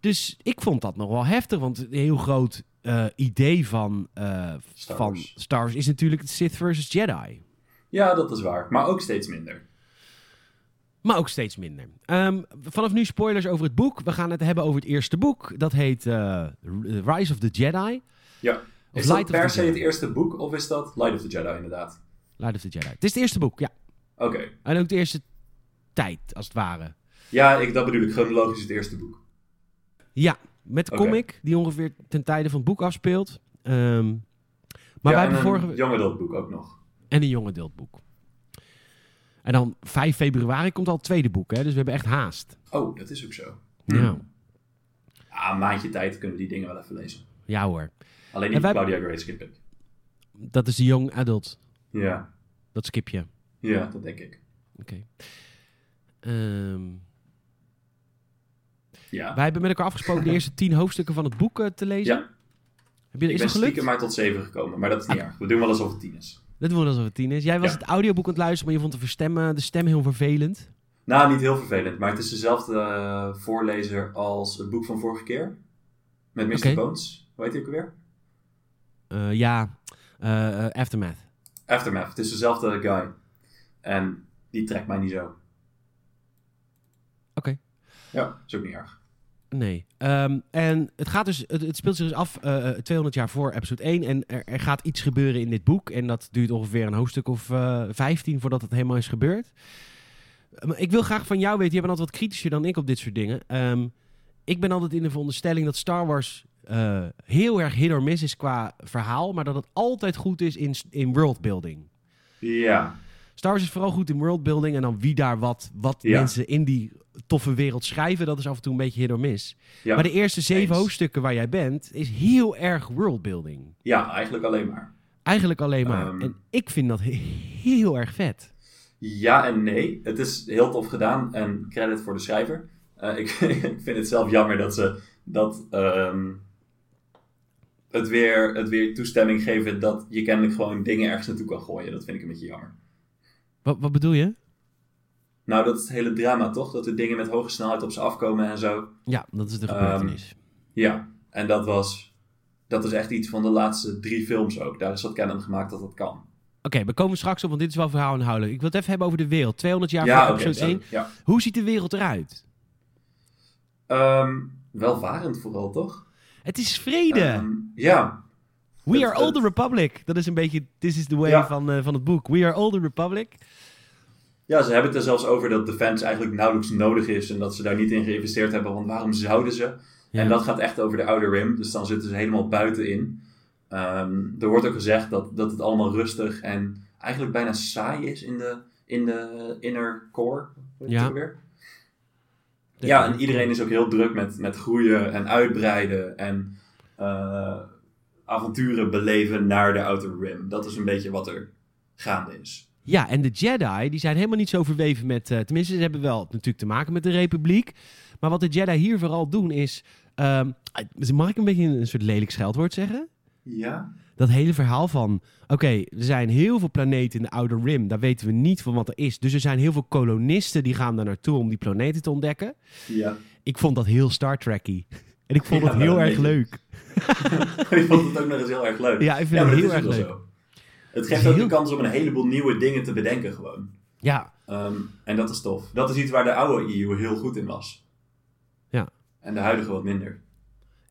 Dus ik vond dat nog wel heftig, want een heel groot eh, idee van, eh, Star van Wars. Star Wars is natuurlijk het Sith versus Jedi. Ja, dat is waar. Maar ook steeds minder. Maar ook steeds minder. Ehm, vanaf nu spoilers over het boek. We gaan het hebben over het eerste boek. Dat heet eh, Rise of the Jedi. Ja. Of Is dat Light of per the se het Jedi. eerste boek of is dat Light of the Jedi inderdaad? Light of the Jedi. Het is het eerste boek, ja. Oké. En ook de eerste tijd, als het ware. Ja, ik, dat bedoel ik. Chronologisch het eerste boek. Ja, met de Oké. comic die ongeveer ten tijde van het boek afspeelt. Ehm, maar ja, wij en hebben een vorige Young adult boek ook nog. En een jong adult boek. En dan 5 februari komt al het tweede boek, hè? dus we hebben echt haast. Nou, Oh, dat is ook zo. Ja, Ah, een maandje tijd kunnen we die dingen wel even lezen. ja hoor. Alleen En niet wij- Claudia Gray skip ik. Dat is de young adult. Ja. Dat skip je. Oké. ja, dat denk ik. Ehm, Ja, wij hebben met elkaar afgesproken de eerste tien hoofdstukken van het boek eh, te lezen. ja Heb je, ik is dat ben gelukt? Ah. stiekem maar tot zeven gekomen. Maar dat is niet erg. We doen wel alsof het tien is. Dat doen we alsof het tien is. Jij was Ja. het audioboek aan het luisteren, maar je vond de, verstemmen, de stem heel vervelend. Nou, niet heel vervelend, maar het is dezelfde eh, voorlezer als het boek van vorige keer. Met Mr. Oké. Bones. Hoe heet hij ook alweer? Eh, ja, eh, eh, Aftermath. Aftermath. Het is dezelfde guy. En die trekt mij niet zo. Oké. Ja, is ook niet erg. Nee. Ehm, en het, gaat dus, het, het speelt zich dus af eh, eh, 200 jaar voor episode 1. En er, er gaat iets gebeuren in dit boek. En dat duurt ongeveer een hoofdstuk of eh 15 voordat het helemaal is gebeurd. Eh, maar ik wil graag van jou weten, je bent altijd wat kritischer dan ik op dit soort dingen. Ehm, ik ben altijd in de veronderstelling dat Star Wars eh, heel erg hit or miss is qua verhaal. Maar dat het altijd goed is in, s- in worldbuilding. Ja, Star Wars is vooral goed in worldbuilding. En dan wie daar wat, wat Ja. mensen in die toffe wereld schrijven. Dat is af en toe een beetje hit or miss. ja. Maar de eerste zeven Eens. hoofdstukken waar jij bent, is heel erg worldbuilding. ja eigenlijk alleen maar. Eigenlijk alleen maar. Ehm. En ik vind dat he- heel erg vet. Ja en nee. Het is heel tof gedaan en credit voor de schrijver. Eh, ik, ik vind het zelf jammer dat ze dat, ehm, het, weer, het weer toestemming geven dat je kennelijk gewoon dingen ergens naartoe kan gooien. Dat vind ik een beetje jammer. Wat, wat bedoel je? Nou, dat is het hele drama, toch? Dat er dingen met hoge snelheid op ze afkomen en zo. Ja, dat is de Ehm. gebeurtenis. Ja, en dat was... Dat is echt iets van de laatste drie films ook. Daar is dat kennen gemaakt dat dat kan. Oké, we komen straks op, want dit is wel verhaal inhoudelijk. Ik wil het even hebben over de wereld. 200 jaar ja, voor oké, episode sorry. 1. Ja. Hoe ziet de wereld eruit? Ehm, welvarend vooral, toch? Het is vrede. Ehm, ja, We het- are all the het- Republic. Dat is een beetje, this is the way Ja. van, eh, van het boek. We are all the Republic. ja, ze hebben het er zelfs over dat de fans eigenlijk nauwelijks nodig is. En dat ze daar niet in geïnvesteerd hebben. Want waarom zouden ze? Ja. En dat gaat echt over de Outer Rim. Dus dan zitten ze helemaal buitenin. Ehm, er wordt ook gezegd dat, dat het allemaal rustig en eigenlijk bijna saai is in de, in de inner core. Hoe heet Ja. het ook weer? Ja, en iedereen is ook heel druk met, met groeien en uitbreiden en eh, avonturen beleven naar de Outer Rim. Dat is een beetje wat er gaande is. Ja, en de Jedi, die zijn helemaal niet zo verweven met... eh, tenminste, ze hebben wel natuurlijk te maken met de Republiek. Maar wat de Jedi hier vooral doen is... ehm, mag ik een beetje een soort lelijk scheldwoord zeggen? Ja? Dat hele verhaal van... Oké, er zijn heel veel planeten in de Outer Rim. Daar weten we niet van wat er is. Dus er zijn heel veel kolonisten die gaan daar naartoe om die planeten te ontdekken. Ja. Ik vond dat heel Star Trekky. En ik vond Ja, dat heel een erg beetje. leuk. ik vond het ook nog eens heel erg leuk. Ja, ik vind maar het dat heel erg is ook wel leuk. zo. Het geeft ook de Heel- kans om een heleboel nieuwe dingen te bedenken gewoon. Ja, Ehm, en dat is tof. Dat is iets waar de oude EU heel goed in was. Ja. En de huidige wat minder.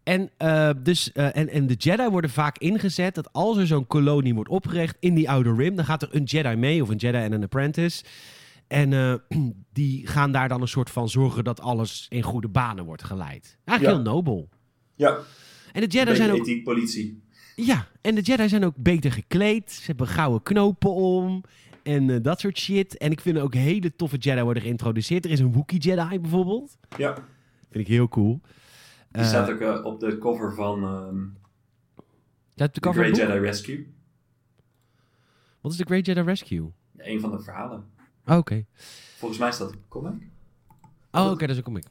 En, eh, dus, eh, en, en de Jedi worden vaak ingezet dat als er zo'n kolonie wordt opgericht in die Outer Rim, dan gaat er een Jedi mee, of een Jedi en een apprentice. En eh, die gaan daar dan een soort van zorgen dat alles in goede banen wordt geleid. Eigenlijk Ja. heel nobel. Ja, En de ja Jedi zijn ook, ethiek politie. ja, en de Jedi zijn ook beter gekleed. Ze hebben gouden knopen om en eh, dat soort shit. En ik vind ook hele toffe Jedi worden geïntroduceerd. Er is een Wookiee Jedi bijvoorbeeld. Ja. Vind ik heel cool. Die Eh, staat ook eh, op de cover van ehm staat op de The cover van Great het boek? Jedi Rescue. Wat is de Great Jedi Rescue? Een van de verhalen. Oh, Oké. Volgens mij staat het comic. Oh, oké, dat is een comic.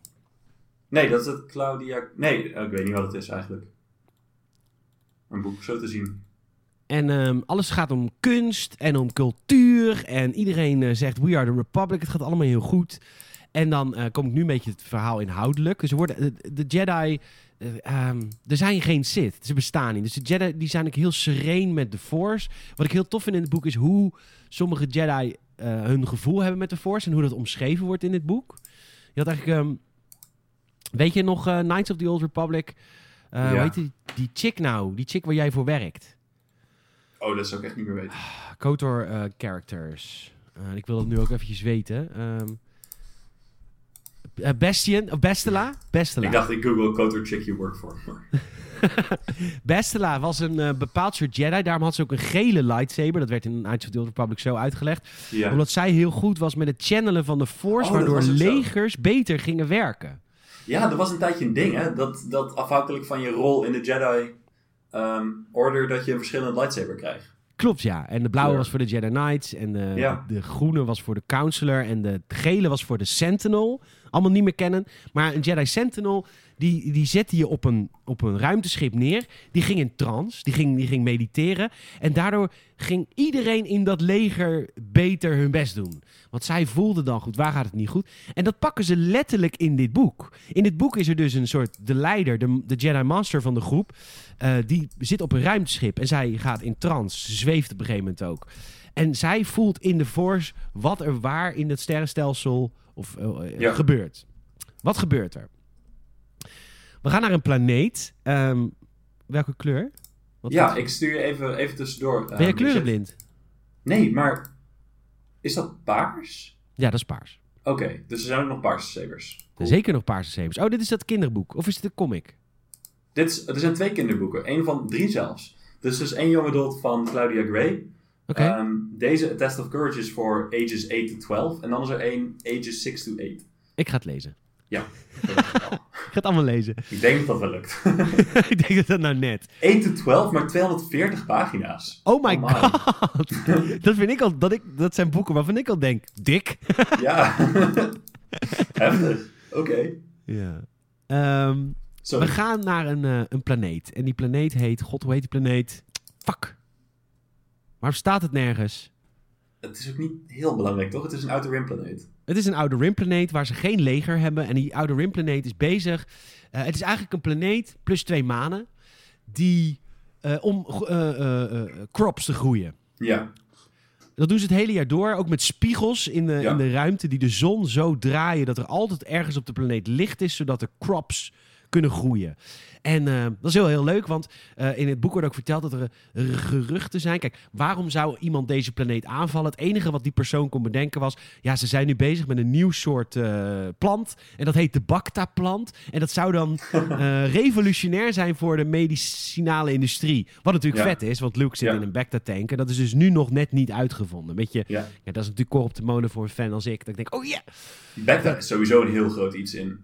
Nee, dat is het Claudia... Nee, eh, ik weet niet wat het is eigenlijk. Een boek, zo te zien. En ehm, alles gaat om kunst en om cultuur. En iedereen eh, zegt We are the Republic. Het gaat allemaal heel goed. En dan eh, kom ik nu een beetje het verhaal inhoudelijk. Dus er worden, de, de Jedi. eh, ehm, er zijn geen Sith. Ze bestaan niet. Dus de Jedi die zijn ook heel sereen met de Force. Wat ik heel tof vind in het boek is hoe sommige Jedi. eh, eh, hun gevoel hebben met de Force en hoe dat omschreven wordt in dit boek. Je had eigenlijk, ehm, weet je nog, eh, Knights of the Old Republic, eh, Ja. hoe heet die, die chick nou, die chick waar jij voor werkt. Oh, dat zou ik echt niet meer weten. Kotor eh, characters. Eh, ik wil dat nu ook eventjes weten. Ehm eh, Bastian, of Bestela? Bestela. Ik dacht, ik google Kotor Chick You Work For. Maar... Bestela was een eh, bepaald soort Jedi. Daarom had ze ook een gele lightsaber. Dat werd in Knights of the Old Republic zo uitgelegd. Ja. Omdat zij heel goed was met het channelen van de Force... Oh, dat waardoor was ook zo. legers beter gingen werken. ja, dat was een tijdje een ding, hè? Dat, dat afhankelijk van je rol in de Jedi ehm, Order, dat je een verschillende lightsaber krijgt. Klopt, ja. En de blauwe Ja. was voor de Jedi Knights. En de, Ja. de groene was voor de Counselor. En de gele was voor de Sentinel. Allemaal niet meer kennen. Maar een Jedi Sentinel, die, die zette je op een, op een ruimteschip neer. Die ging in trance. Die ging, die ging mediteren. En daardoor ging iedereen in dat leger beter hun best doen. Want zij voelde dan goed, waar gaat het niet goed? En dat pakken ze letterlijk in dit boek. In dit boek is er dus een soort de leider, de, de Jedi Master van de groep. eh, die zit op een ruimteschip en zij gaat in trance. Ze zweeft op een gegeven moment ook. En zij voelt in de Force wat er waar in het sterrenstelsel of, eh, Ja. gebeurt. Wat gebeurt er? We gaan naar een planeet. Ehm, welke kleur? Wat ja, voor- ik stuur je even, even tussendoor. ben je ehm, kleurenblind? Nee, maar is dat paars? Ja, dat is paars. Oké, dus er zijn ook nog paarse sabers. Er zijn Zeker nog paarse sabers. Oh, dit is dat kinderboek. Of is dit een comic? Dit is, er zijn twee kinderboeken, één van drie zelfs. Dus er is één jonge adult van Claudia Gray. Oké. Ehm, deze A Test of Courage is voor ages 8 to 12. En dan is er één ages 6 to 8. Ik ga het lezen. Ja, Ik ga het allemaal lezen. ik denk dat dat wel lukt. ik denk dat dat nou net. 8 to 12, maar 240 pagina's. Oh my Amai. god. dat vind ik al. Dat, ik, dat zijn boeken waarvan ik al denk. Dik. Ja. Heftig. Oké. ja. Ehm, we Sorry. gaan naar een, eh, een planeet. En die planeet heet. God, hoe heet die planeet? Fuck. Waarom staat het nergens? Het is ook niet heel belangrijk, toch? Het is een Outer Rim planeet. Het is een oude rimplaneet waar ze geen leger hebben. En die oude rimplaneet is bezig. eh, het is eigenlijk een planeet plus twee manen. Die. eh, om gro- eh, eh, eh, crops te groeien. Ja. Dat doen ze het hele jaar door, ook met spiegels in de, Ja. in de ruimte die de zon zo draaien dat er altijd ergens op de planeet licht is, zodat er crops kunnen groeien. En eh, dat is heel, heel leuk, want eh, in het boek wordt ook verteld dat er eh, geruchten zijn. Kijk, waarom zou iemand deze planeet aanvallen? Het enige wat die persoon kon bedenken was, ja, ze zijn nu bezig met een nieuw soort eh, plant en dat heet de Bacta-plant. En dat zou dan eh, revolutionair zijn voor de medicinale industrie. Wat natuurlijk Ja. vet is, want Luke zit Ja. in een Bacta-tank en dat is dus nu nog net niet uitgevonden. Weet je, ja. ja, dat is natuurlijk kor op de molen voor een fan als ik. Dat ik denk, oh ja, Bacta is sowieso een heel groot iets in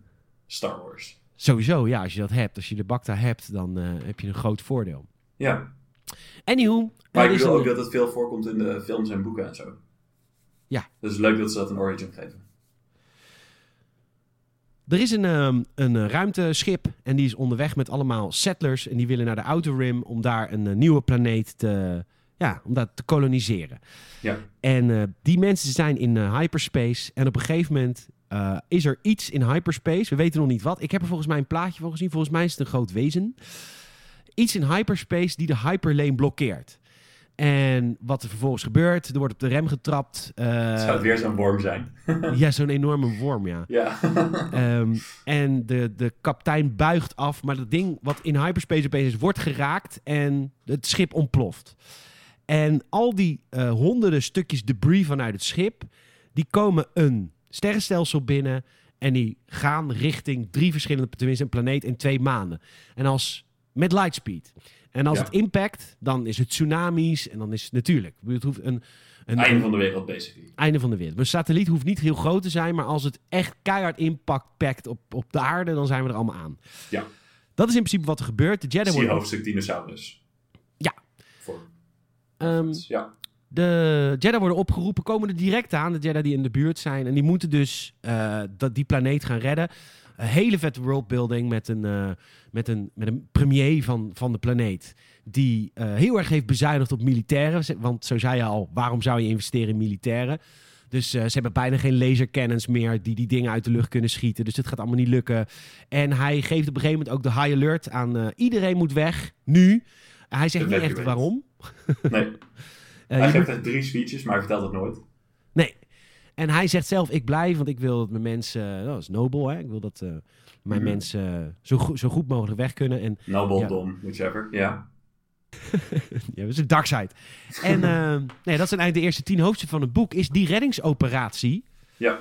Star Wars. sowieso, ja, als je dat hebt, als je de Bacta hebt, dan eh, heb je een groot voordeel. Ja. Anywho, Maar er ik is bedoel een- ook dat het veel voorkomt in de films en boeken en zo. Ja. Dus leuk dat ze dat een origin geven. Er is een, ehm, een eh, ruimteschip en die is onderweg met allemaal settlers. En die willen naar de Outer Rim om daar een eh, nieuwe planeet te, ja, om dat te koloniseren. Ja. En eh, die mensen zijn in eh, hyperspace. En op een gegeven moment eh, is er iets in hyperspace. We weten nog niet wat. Ik heb er volgens mij een plaatje van gezien. Volgens mij is het een groot wezen. Iets in hyperspace die de hyperlane blokkeert. En wat er vervolgens gebeurt, er wordt op de rem getrapt. Het zou het Eh weer zo'n worm zijn. ja, zo'n enorme worm, ja. Ja. Ehm, en de, de kapitein buigt af, maar dat ding wat in hyperspace opeens is, wordt geraakt en het schip ontploft. En al die eh, honderden stukjes debris vanuit het schip, die komen een sterrenstelsel binnen en die gaan richting drie verschillende, tenminste een planeet in twee maanden. En als met lightspeed. En als Ja. het impact, dan is het tsunamis en dan is het natuurlijk. Ik bedoel, Het hoeft een, een, Einde van de wereld, basically. Einde van de wereld. Een satelliet hoeft niet heel groot te zijn, maar als het echt keihard impact pakt op, op de aarde, dan zijn we er allemaal aan. Ja. Dat is in principe wat er gebeurt. De Jedi Zie worden, hoofdstuk dinosaurus. Ja. Voor. ehm, Ja. de Jedi worden opgeroepen, komen er direct aan, de Jedi die in de buurt zijn. En die moeten dus eh, dat, die planeet gaan redden. Een hele vette worldbuilding met een, eh, met een, met een premier van, van de planeet. Die eh, heel erg heeft bezuinigd op militairen. Ze- Want zo zei je al, waarom zou je investeren in militairen? Dus eh, ze hebben bijna geen lasercannons meer die die dingen uit de lucht kunnen schieten. Dus dit gaat allemaal niet lukken. En hij geeft op een gegeven moment ook de high alert aan eh, iedereen moet weg, nu. Hij zegt niet echt Evacuate. waarom. Nee, Eh, je hij moet- geeft echt drie speeches, maar hij vertelt het nooit. Nee, En hij zegt zelf, ik blijf, want ik wil dat mijn mensen... eh, Dat is nobel, hè? Ik wil dat eh, mijn Mhm. mensen eh, zo, goed- zo goed mogelijk weg kunnen. En Nobeldom, whichever. Ja. ja, dat is een dark side. En eh, nee, dat zijn eigenlijk de eerste tien hoofdstukken van het boek. Is die reddingsoperatie. Ja.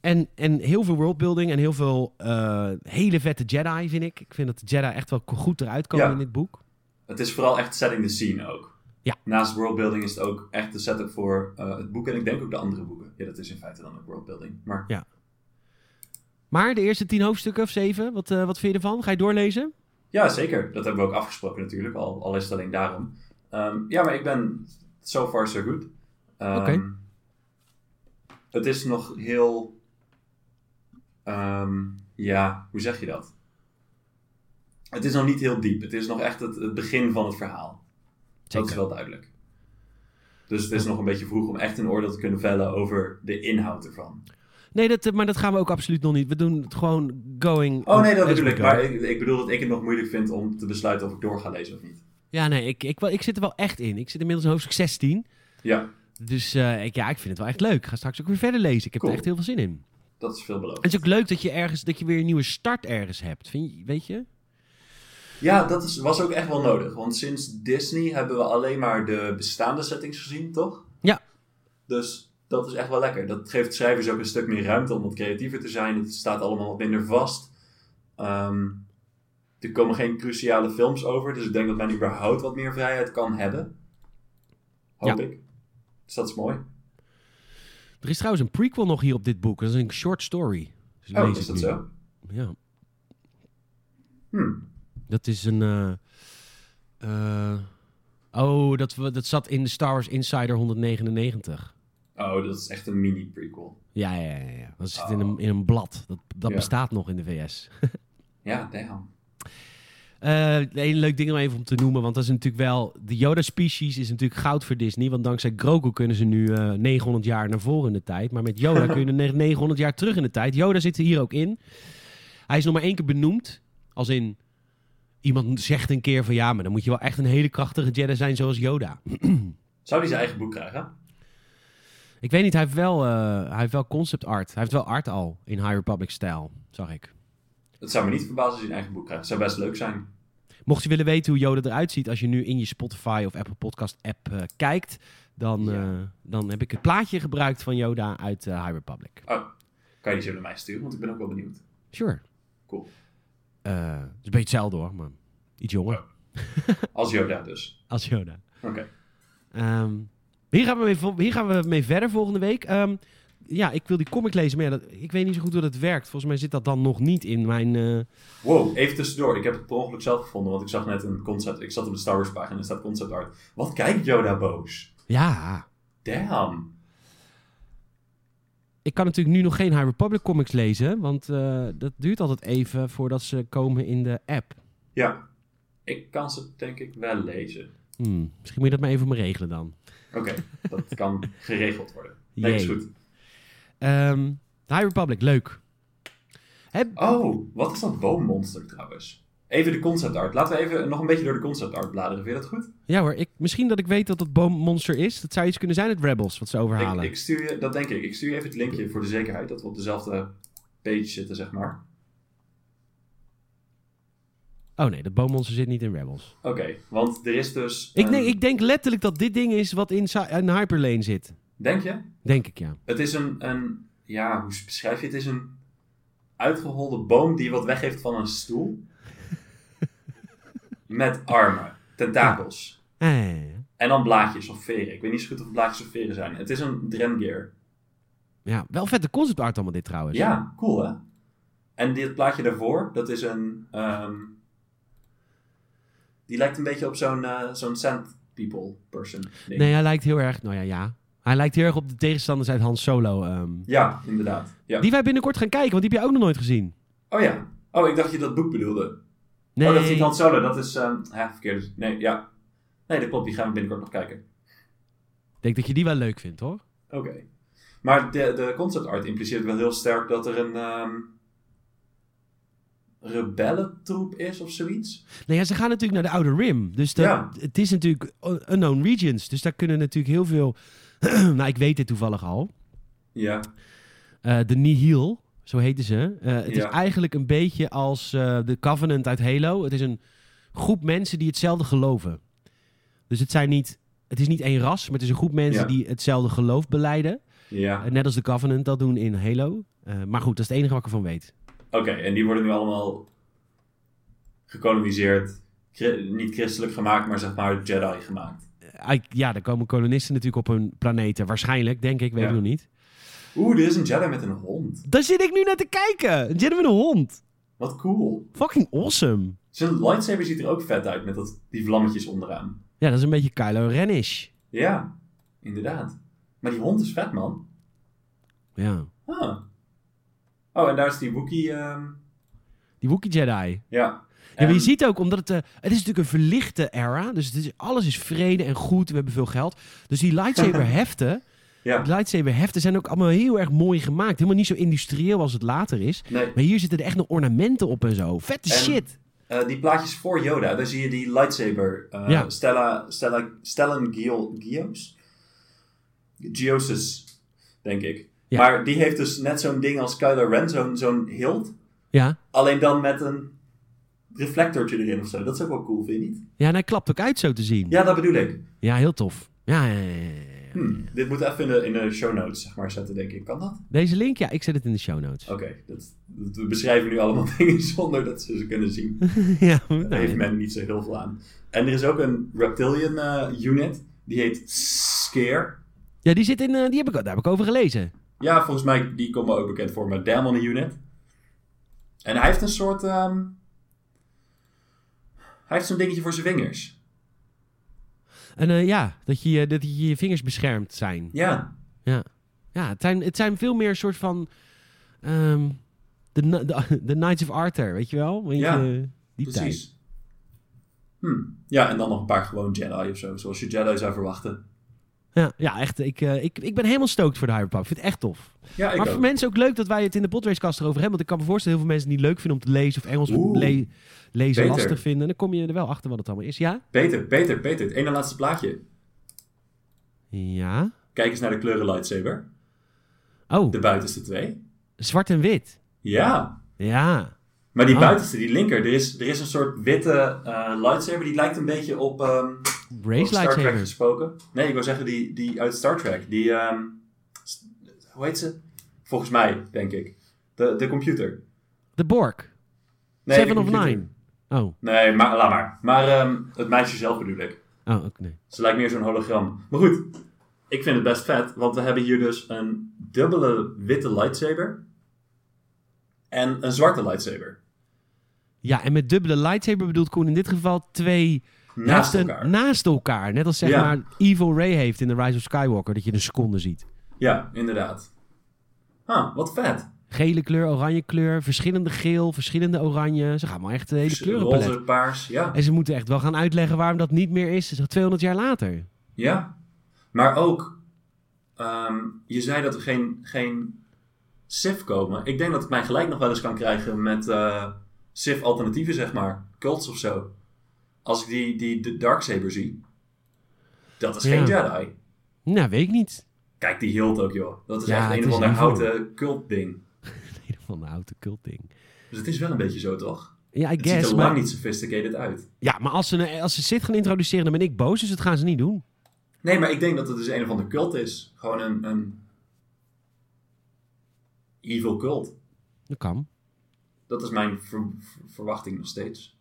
En, en heel veel worldbuilding en heel veel eh, hele vette Jedi, vind ik. Ik vind dat de Jedi echt wel goed eruit komen Ja. in dit boek. Het is vooral echt setting the scene ook. Ja. Naast worldbuilding is het ook echt de setup voor eh, het boek en ik denk ook de andere boeken. Ja, dat is in feite dan ook worldbuilding. Maar Maar de eerste tien hoofdstukken of zeven, wat, eh, wat vind je ervan? Ga je doorlezen? ja, zeker. Dat hebben we ook afgesproken natuurlijk, al, al is het alleen daarom. Ehm, ja, maar ik ben so far so good. Ehm, Oké. Het is nog heel... ehm, ja, hoe zeg je dat? Het is nog niet heel diep. Het is nog echt het, het begin van het verhaal. Dat is wel duidelijk. Dus het is nog een beetje vroeg om echt een oordeel te kunnen vellen over de inhoud ervan. Nee, dat, eh, maar dat gaan we ook absoluut nog niet. We doen het gewoon going. Oh nee, dat as we bedoel ik. go. Maar ik, ik bedoel dat ik het nog moeilijk vind om te besluiten of ik door ga lezen of niet. Ja, nee, ik, ik, wel- ik zit er wel echt in. Ik zit inmiddels in hoofdstuk 16. Ja, Dus eh, ik, ja, ik vind het wel echt leuk. Ik ga straks ook weer verder lezen. Ik heb Cool. er echt heel veel zin in. dat is veelbelovend. Het is ook leuk dat je, ergens, dat je weer een nieuwe start ergens hebt. Vind je, weet je? Ja, dat is, was ook echt wel nodig. Want sinds Disney hebben we alleen maar de bestaande settings gezien, toch? Ja. Dus dat is echt wel lekker. Dat geeft schrijvers ook een stuk meer ruimte om wat creatiever te zijn. Het staat allemaal wat minder vast. Ehm, er komen geen cruciale films over. Dus ik denk dat men überhaupt wat meer vrijheid kan hebben. Hoop ik. Dus dat is mooi. Er is trouwens een prequel nog hier op dit boek. Dat is een short story. Dus Oh, lees is ik dat nu. zo? Ja. Hm. Dat is een. eh, eh, oh, dat, we- dat zat in de Star Wars Insider 199. Oh, dat is echt een mini-prequel. Ja, ja, ja. ja. Dat zit in, een, in een blad. Dat, dat Oh. Ja. bestaat nog in de VS. Ja, damn. Eh, een leuk ding om even om te noemen, want dat is natuurlijk wel... De Yoda-species is natuurlijk goud voor Disney, want dankzij Grogu kunnen ze nu eh, 900 jaar naar voren in de tijd. Maar met Yoda kun je ne- 900 jaar terug in de tijd. Yoda zit er hier ook in. Hij is nog maar één keer benoemd, als in... Iemand zegt een keer van ja, maar dan moet je wel echt een hele krachtige Jedi zijn zoals Yoda. Zou die zijn eigen boek krijgen? Ik weet niet, hij heeft wel, eh, hij heeft wel concept art. Hij heeft wel art al in High Republic-stijl, zag ik. Het zou me niet verbazen als hij een eigen boek krijgt. Het zou best leuk zijn. Mocht je willen weten hoe Yoda eruit ziet, als je nu in je Spotify of Apple Podcast app eh, kijkt, dan, Ja. eh, dan heb ik het plaatje gebruikt van Yoda uit eh, High Republic. Oh, kan je die zo naar mij sturen? Want ik ben ook wel benieuwd. Sure. Cool. Eh, het is een beetje hetzelfde hoor, maar iets jonger Als Yoda dus. als Yoda. Oké. Ehm, hier, gaan we mee, vo- hier gaan we mee verder volgende week. Ehm, ja, ik wil die comic lezen, maar ja, dat, ik weet niet zo goed hoe dat werkt. Volgens mij zit dat dan nog niet in mijn... eh, Wow, even tussendoor. Ik heb het per ongeluk zelf gevonden, want ik zag net een concept. Ik zat op de Star Wars pagina en er staat concept art. Wat kijkt Yoda boos? Ja, Damn. ik kan natuurlijk nu nog geen High Republic comics lezen, want eh, dat duurt altijd even voordat ze komen in de app. Ja. Ik kan ze denk ik wel lezen. Hmm, misschien moet je dat maar even voor me regelen dan. Oké, dat kan geregeld worden. Nee, is Jee. goed. Ehm, High Republic, leuk. Heb, Oh, wat is dat boommonster trouwens? Even de concept art. Laten we even nog een beetje door de concept art bladeren. Vind je dat goed? Ja hoor, ik, misschien dat ik weet dat dat boommonster is. Dat zou iets kunnen zijn uit Rebels, wat ze Ik, overhalen. ik stuur je, dat denk ik. Ik stuur je even het linkje voor de zekerheid dat we op dezelfde page zitten, zeg maar. Oh nee, dat boommonster zit niet in Rebels. Oké, want er is dus. Ik, een- nee, ik denk letterlijk dat dit ding is wat in, Sy- in Hyperlane zit. Denk je? Denk ik, ja. Het is een, een. Ja, hoe beschrijf je het? Het is een uitgeholde boom die wat weggeeft van een stoel. Met armen, tentakels. Eh, En dan blaadjes of veren. Ik weet niet zo goed of het blaadjes of veren zijn. Het is een Drengear. ja, wel vette concept art allemaal dit trouwens. Ja, cool hè? En dit plaatje daarvoor, dat is een. ehm, die lijkt een beetje op zo'n eh, zo'n sand people person. ding. Nee, hij lijkt heel erg... Nou ja, ja. Hij lijkt heel erg op de tegenstanders uit Han Solo. ehm, Ja, inderdaad. Ja. Die wij binnenkort gaan kijken, want die heb je ook nog nooit gezien. Oh ja. Oh, ik dacht dat je dat boek bedoelde. Nee, Oh, dat is niet Han Solo, dat is... ehm ja, verkeerd. Nee, ja. Nee, dat klopt, die gaan we binnenkort nog kijken. ik denk dat je die wel leuk vindt hoor. Oké. Maar de, de concept art impliceert wel heel sterk dat er een... ehm rebellentroep is of zoiets. Nou ja, ze gaan natuurlijk naar de Oude Rim. Dus dat- Ja. het is natuurlijk un- Unknown Regions. Dus daar kunnen natuurlijk heel veel... nou, ik weet dit toevallig al. Ja. Eh, de Nihil, zo heten ze. Eh, het is Ja. eigenlijk een beetje als eh, de Covenant uit Halo. Het is een groep mensen die hetzelfde geloven. Dus het, zijn niet, het is niet één ras, maar het is een groep mensen Ja. die hetzelfde geloof beleiden. Ja. Eh, net als de Covenant dat doen in Halo. Eh, maar goed, dat is het enige wat ik ervan weet. Oké, en die worden nu allemaal gekoloniseerd. Chri- niet christelijk gemaakt, maar zeg maar Jedi gemaakt. Eh, ja, er komen kolonisten natuurlijk op hun planeten. Waarschijnlijk, denk ik, weet Ja. ik nog niet. Oeh, er is een Jedi met een hond. Daar zit ik nu naar te kijken. Een Jedi met een hond. Wat cool. Fucking awesome. Zijn lightsaber ziet er ook vet uit met dat, die vlammetjes onderaan. Ja, dat is een beetje Kylo Renish. Ja, inderdaad. Maar die hond is vet, man. Ja. Ah. Oh, en daar is die Wookie. ehm, Die Wookiee Jedi. ja. Ja, maar En- je ziet ook, omdat het... eh, het is natuurlijk een verlichte era. Dus het is, alles is vrede en goed. We hebben veel geld. Dus die lightsaber heften... Ja. Die lightsaber heften zijn ook allemaal heel erg mooi gemaakt. Helemaal niet zo industrieel als het later is. Nee, Maar hier zitten er echt nog ornamenten op en zo. Vette En- shit. eh, die plaatjes voor Yoda, daar zie je die lightsaber. eh, Ja. Stella, Stella, Stellan Gio- Gios? Giosis, denk ik. Ja. Maar die heeft dus net zo'n ding als Kylo Ren, zo'n zo'n hilt. Ja. Alleen dan met een reflectortje erin of zo. Dat is ook wel cool, vind je niet? Ja, en hij klapt ook uit zo te zien. Ja, Ja, dat bedoel ik. heel tof. Ja, ja, ja, ja, ja. Hm, Dit moet even in de, in de show notes zeg maar, zetten, denk ik. Kan dat? Deze link, ja, ik zet het in de show notes. Oké, dat, dat- we beschrijven nu allemaal dingen zonder dat ze ze kunnen zien. ja, Daar nou, heeft men niet zo heel veel aan. En er is ook een reptilian eh, unit. Die heet Scare. ja, die zit in... eh, die heb ik, daar heb ik over gelezen. Ja, volgens mij die komt me ook bekend voor. Maar Demon unit. En hij heeft een soort... ehm, hij heeft zo'n dingetje voor zijn vingers. En eh, ja, dat je, eh, dat je je vingers beschermd zijn. Ja. Ja, ja het, zijn, het zijn veel meer een soort van. ehm, de, na- de, de Knights of Arthur, weet je wel? Weet Ja, je, die tijd. Precies. Hm. Ja, en dan nog een paar gewoon Jedi of zo. Zoals je Jedi zou verwachten. Ja, ja, echt. Ik, eh, ik, ik ben helemaal stoked voor de Hyperpop. Ik vind het echt tof. Ja, ik maar ook. voor mensen ook leuk dat wij het in de Podracecast erover hebben. Want ik kan me voorstellen dat heel veel mensen het niet leuk vinden om te lezen. Of Engels Oeh, le- lezen beter. lastig vinden. Dan kom je er wel achter wat het allemaal is. Ja? Peter, Peter, Peter. Het ene laatste plaatje. Ja. Kijk eens naar de kleuren lightsaber. Oh, De buitenste twee. zwart en wit. Ja. Ja. Maar die Ah. buitenste, die linker, er is, er is een soort witte eh, lightsaber. Die lijkt een beetje op, ehm, op Brace Star Trek lightsaber. gesproken. Nee, ik wil zeggen die, die uit Star Trek. Die, ehm, s- hoe heet ze? Volgens mij, denk ik. De, de computer. De Bork. Nee, Seven de of computer. Nine. Oh, Nee, maar, laat maar. Maar ehm, het meisje zelf bedoel ik. oh ook nee. Ze lijkt meer zo'n hologram. Maar goed, ik vind het best vet, want we hebben hier dus een dubbele witte lightsaber. En een zwarte lightsaber. Ja, en met dubbele lightsaber bedoelt Koen in dit geval twee Naast Hij heeft een- elkaar. naast elkaar. Net als zeg Ja. maar Evil Ray heeft in The Rise of Skywalker. Dat je een seconde ziet. Ja, inderdaad. Ah, wat vet. Gele kleur, oranje kleur, verschillende geel, verschillende oranje. Ze gaan maar echt de hele kleurenpalet. Roze, paars, ja. En ze moeten echt wel gaan uitleggen waarom dat niet meer is. 200 jaar later. Ja, maar ook, ehm, je zei dat er geen, geen SIF komen. Ik denk dat ik mij gelijk nog wel eens kan krijgen met eh SIF-alternatieven, zeg maar. Cults of zo. Als ik die, die de Darksaber zie. Dat is Ja. geen Jedi. Nou, weet ik niet. Kijk, die hield ook, joh. Dat is Ja, echt het een of is ander een houten cult-ding. In ieder geval een oude cultding. Dus het is wel een beetje zo, toch? Ja, I Het ziet guess. er Maar, lang niet sophisticated uit. ja, maar als ze, als ze Sith gaan introduceren, dan ben ik boos. Dus dat gaan ze niet doen. Nee, maar ik denk dat het dus een of ander cult is. Gewoon een... een evil cult. Dat kan. Dat is mijn ver- ver- verwachting nog steeds.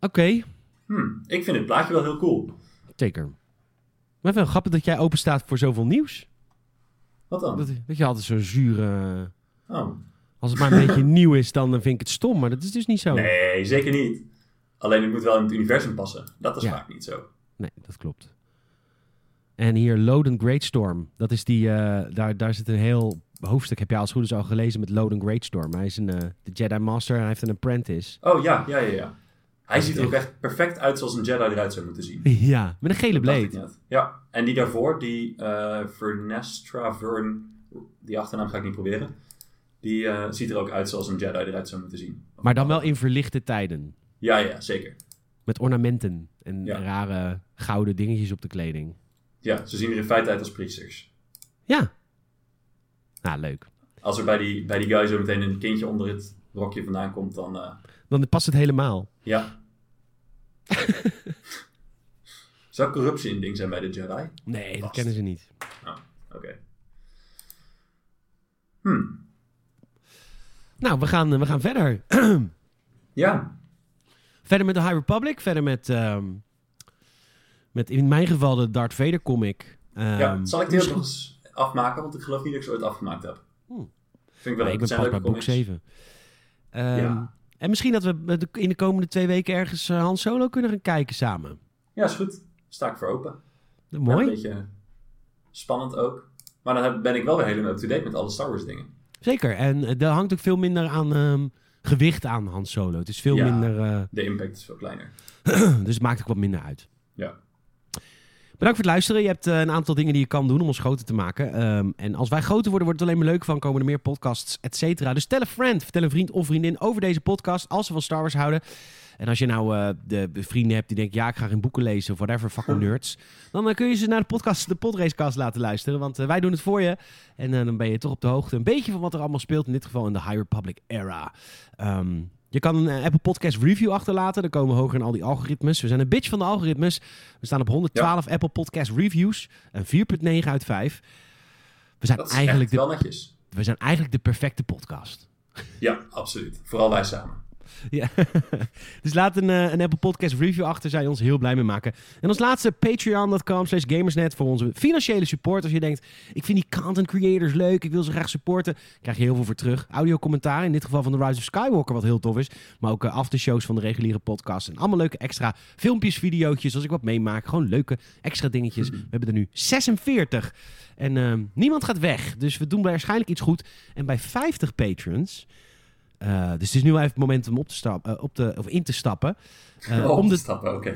Oké, Hmm, ik vind het plaatje wel heel cool. zeker. Maar wel grappig dat jij open staat voor zoveel nieuws. Wat dan? Dat, dat je altijd zo'n zure... Oh. Als het maar een beetje nieuw is, dan eh, vind ik het stom. Maar dat is dus niet zo. Nee, zeker niet. Alleen het moet wel in het universum passen. Dat is Ja. vaak niet zo. Nee, dat klopt. En hier Loden Greatstorm. Dat is die, eh, daar, daar zit een heel hoofdstuk, heb je als het goed is al gelezen, met Loden Greatstorm. Hij is een, eh, de Jedi Master en hij heeft een apprentice. Oh ja, ja, ja, ja. Hij is ziet er ook echt- echt perfect uit zoals een Jedi eruit zou moeten zien. ja, met een gele Dat dacht ik bleed. net. Ja, en die daarvoor, die eh Vernestra Vern, die achternaam ga ik niet proberen. Die eh, ziet er ook uit zoals een Jedi eruit zou moeten zien. Maar dan wel in verlichte tijden. Ja, ja, zeker. Met ornamenten en Ja. rare gouden dingetjes op de kleding. Ja, ze zien er in feite uit als priesters. Ja. Nou, leuk. Als er bij die, bij die guy zo meteen een kindje onder het rokje vandaan komt, dan... eh, Dan past het helemaal. ja. Zou corruptie een ding zijn bij de Jedi? Nee, dat Past. kennen ze niet. Oké. Hm. Nou, we gaan, we gaan verder. Ja. Verder met de High Republic. Verder met, ehm, met in mijn geval de Darth Vader comic. Ehm, ja. Zal ik die misschien- ook nog eens afmaken? Want ik geloof niet dat ik ze ooit afgemaakt heb. Oeh. Vind ik wel Nee, Hm. leuk. ik Het ben zijn pas bij leuke boek comics. 7. Ehm, Ja. En misschien dat we de- in de komende twee weken ergens eh, Han Solo kunnen gaan kijken samen. Ja, is goed. Sta ik voor open. Ja, Mooi. een beetje spannend ook. Maar dan heb- ben ik wel weer helemaal up-to-date met alle Star Wars dingen. Zeker. En eh, daar hangt ook veel minder aan ehm, gewicht aan Han Solo. Het is veel Ja. minder... eh, De impact is veel kleiner. dus het maakt ook wat minder uit. Ja. Bedankt voor het luisteren. Je hebt eh, een aantal dingen die je kan doen om ons groter te maken. Ehm, en als wij groter worden, wordt het alleen maar leuk van. Komen er meer podcasts, et cetera. Dus tell a friend, vertel een vriend of vriendin over deze podcast. Als ze van Star Wars houden. En als je nou eh, de, de vrienden hebt die denken... ja, ik ga geen boeken lezen of whatever, fucking Hm. nerds. Dan eh, kun je ze naar de podcast, de Podracecast laten luisteren. Want eh, wij doen het voor je. En eh, dan ben je toch op de hoogte een beetje van wat er allemaal speelt. In dit geval in de High Republic era. Ehm, je kan een eh, Apple Podcast review achterlaten. Dan komen we hoger in al die algoritmes. We zijn een bitch van de algoritmes. We staan op 112 Apple Podcast reviews. Een 4.9 uit 5. We zijn, Dat is eigenlijk echt wel de, netjes. we zijn eigenlijk de perfecte podcast. Ja, absoluut. Vooral wij samen. Ja. dus laat een, eh, een Apple Podcast review achter. Zou je ons heel blij mee maken. En als laatste patreon.com slash gamersnet voor onze financiële support. Als je denkt, ik vind die content creators leuk. Ik wil ze graag supporten. Krijg je heel veel voor terug. Audio commentaar. In dit geval van The Rise of Skywalker. Wat heel tof is. Maar ook eh, aftershows van de reguliere podcast. En allemaal leuke extra filmpjes, videootjes. Als ik wat meemaak. Gewoon leuke extra dingetjes. We hebben er nu 46. En ehm, niemand gaat weg. Dus we doen waarschijnlijk iets goed. En bij 50 patrons... Eh, dus het is nu wel even het moment om op te stappen, op de, of in te stappen. Eh, oh, om, de de, stappen, oké.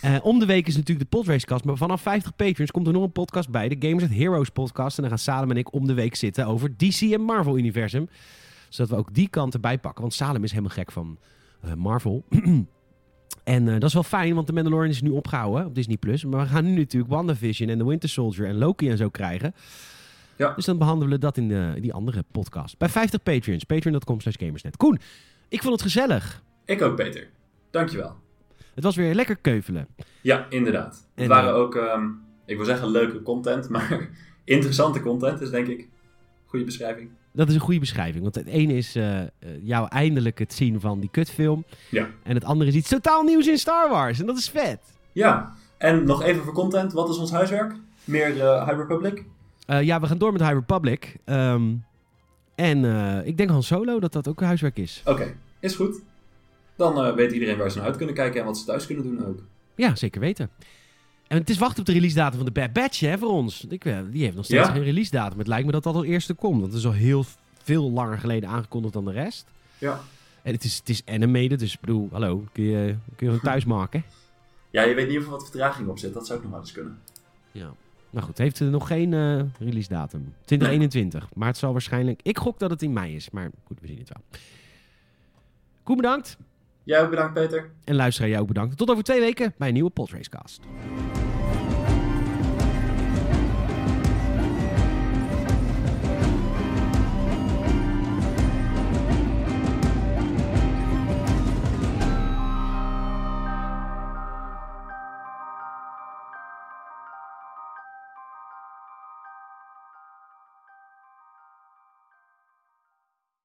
eh, om de week is natuurlijk de podracecast, maar vanaf 50 patrons komt er nog een podcast bij, de Gamers at Heroes podcast. En dan gaan Salem en ik om de week zitten over DC en Marvel Universum. Zodat we ook die kant erbij pakken, want Salem is helemaal gek van eh, Marvel. en eh, dat is wel fijn, want The Mandalorian is nu opgehouden op Disney+. Plus. Maar we gaan nu natuurlijk WandaVision en The Winter Soldier en Loki en zo krijgen. Ja. Dus dan behandelen we dat in eh, die andere podcast. Bij 50 patrons, patreon.com slash gamersnet. Koen, ik vond het gezellig. ik ook, Peter. Dankjewel. Het was weer lekker keuvelen. Ja, inderdaad. Het En, waren eh, ook, ehm, ik wil zeggen leuke content, maar interessante content is denk ik. Goede beschrijving. Dat is een goede beschrijving. Want het ene is eh, eh, jou eindelijk het zien van die kutfilm. Ja. En het andere is iets totaal nieuws in Star Wars. En dat is vet. Ja, en nog even voor content. Wat is ons huiswerk? Meer eh, High Republic? Eh, ja, we gaan door met High Republic. Ehm, en eh, ik denk Han Solo dat dat ook huiswerk is. Oké, is goed. Dan eh, weet iedereen waar ze naar uit kunnen kijken en wat ze thuis kunnen doen ook. Ja, zeker weten. En het is wachten op de release datum van de Bad Batch hè, voor ons. Ik, eh, die heeft nog steeds Ja. geen release datum. Het lijkt me dat dat als eerste komt. Want het is al heel veel langer geleden aangekondigd dan de rest. Ja. En het is, het is animated, dus ik bedoel, hallo, kun je, kun je gewoon thuis maken. Ja, je weet niet of er wat vertraging op zit. Dat zou ook nog wel eens kunnen. Ja. Nou goed, heeft er nog geen eh, release datum. 2021. Maar het zal waarschijnlijk... Ik gok dat het in mei is, maar goed, we zien het wel. Koen, bedankt. Jij ook bedankt, Peter. En luisteraar, jou ook bedankt. Tot over twee weken bij een nieuwe Podracecast.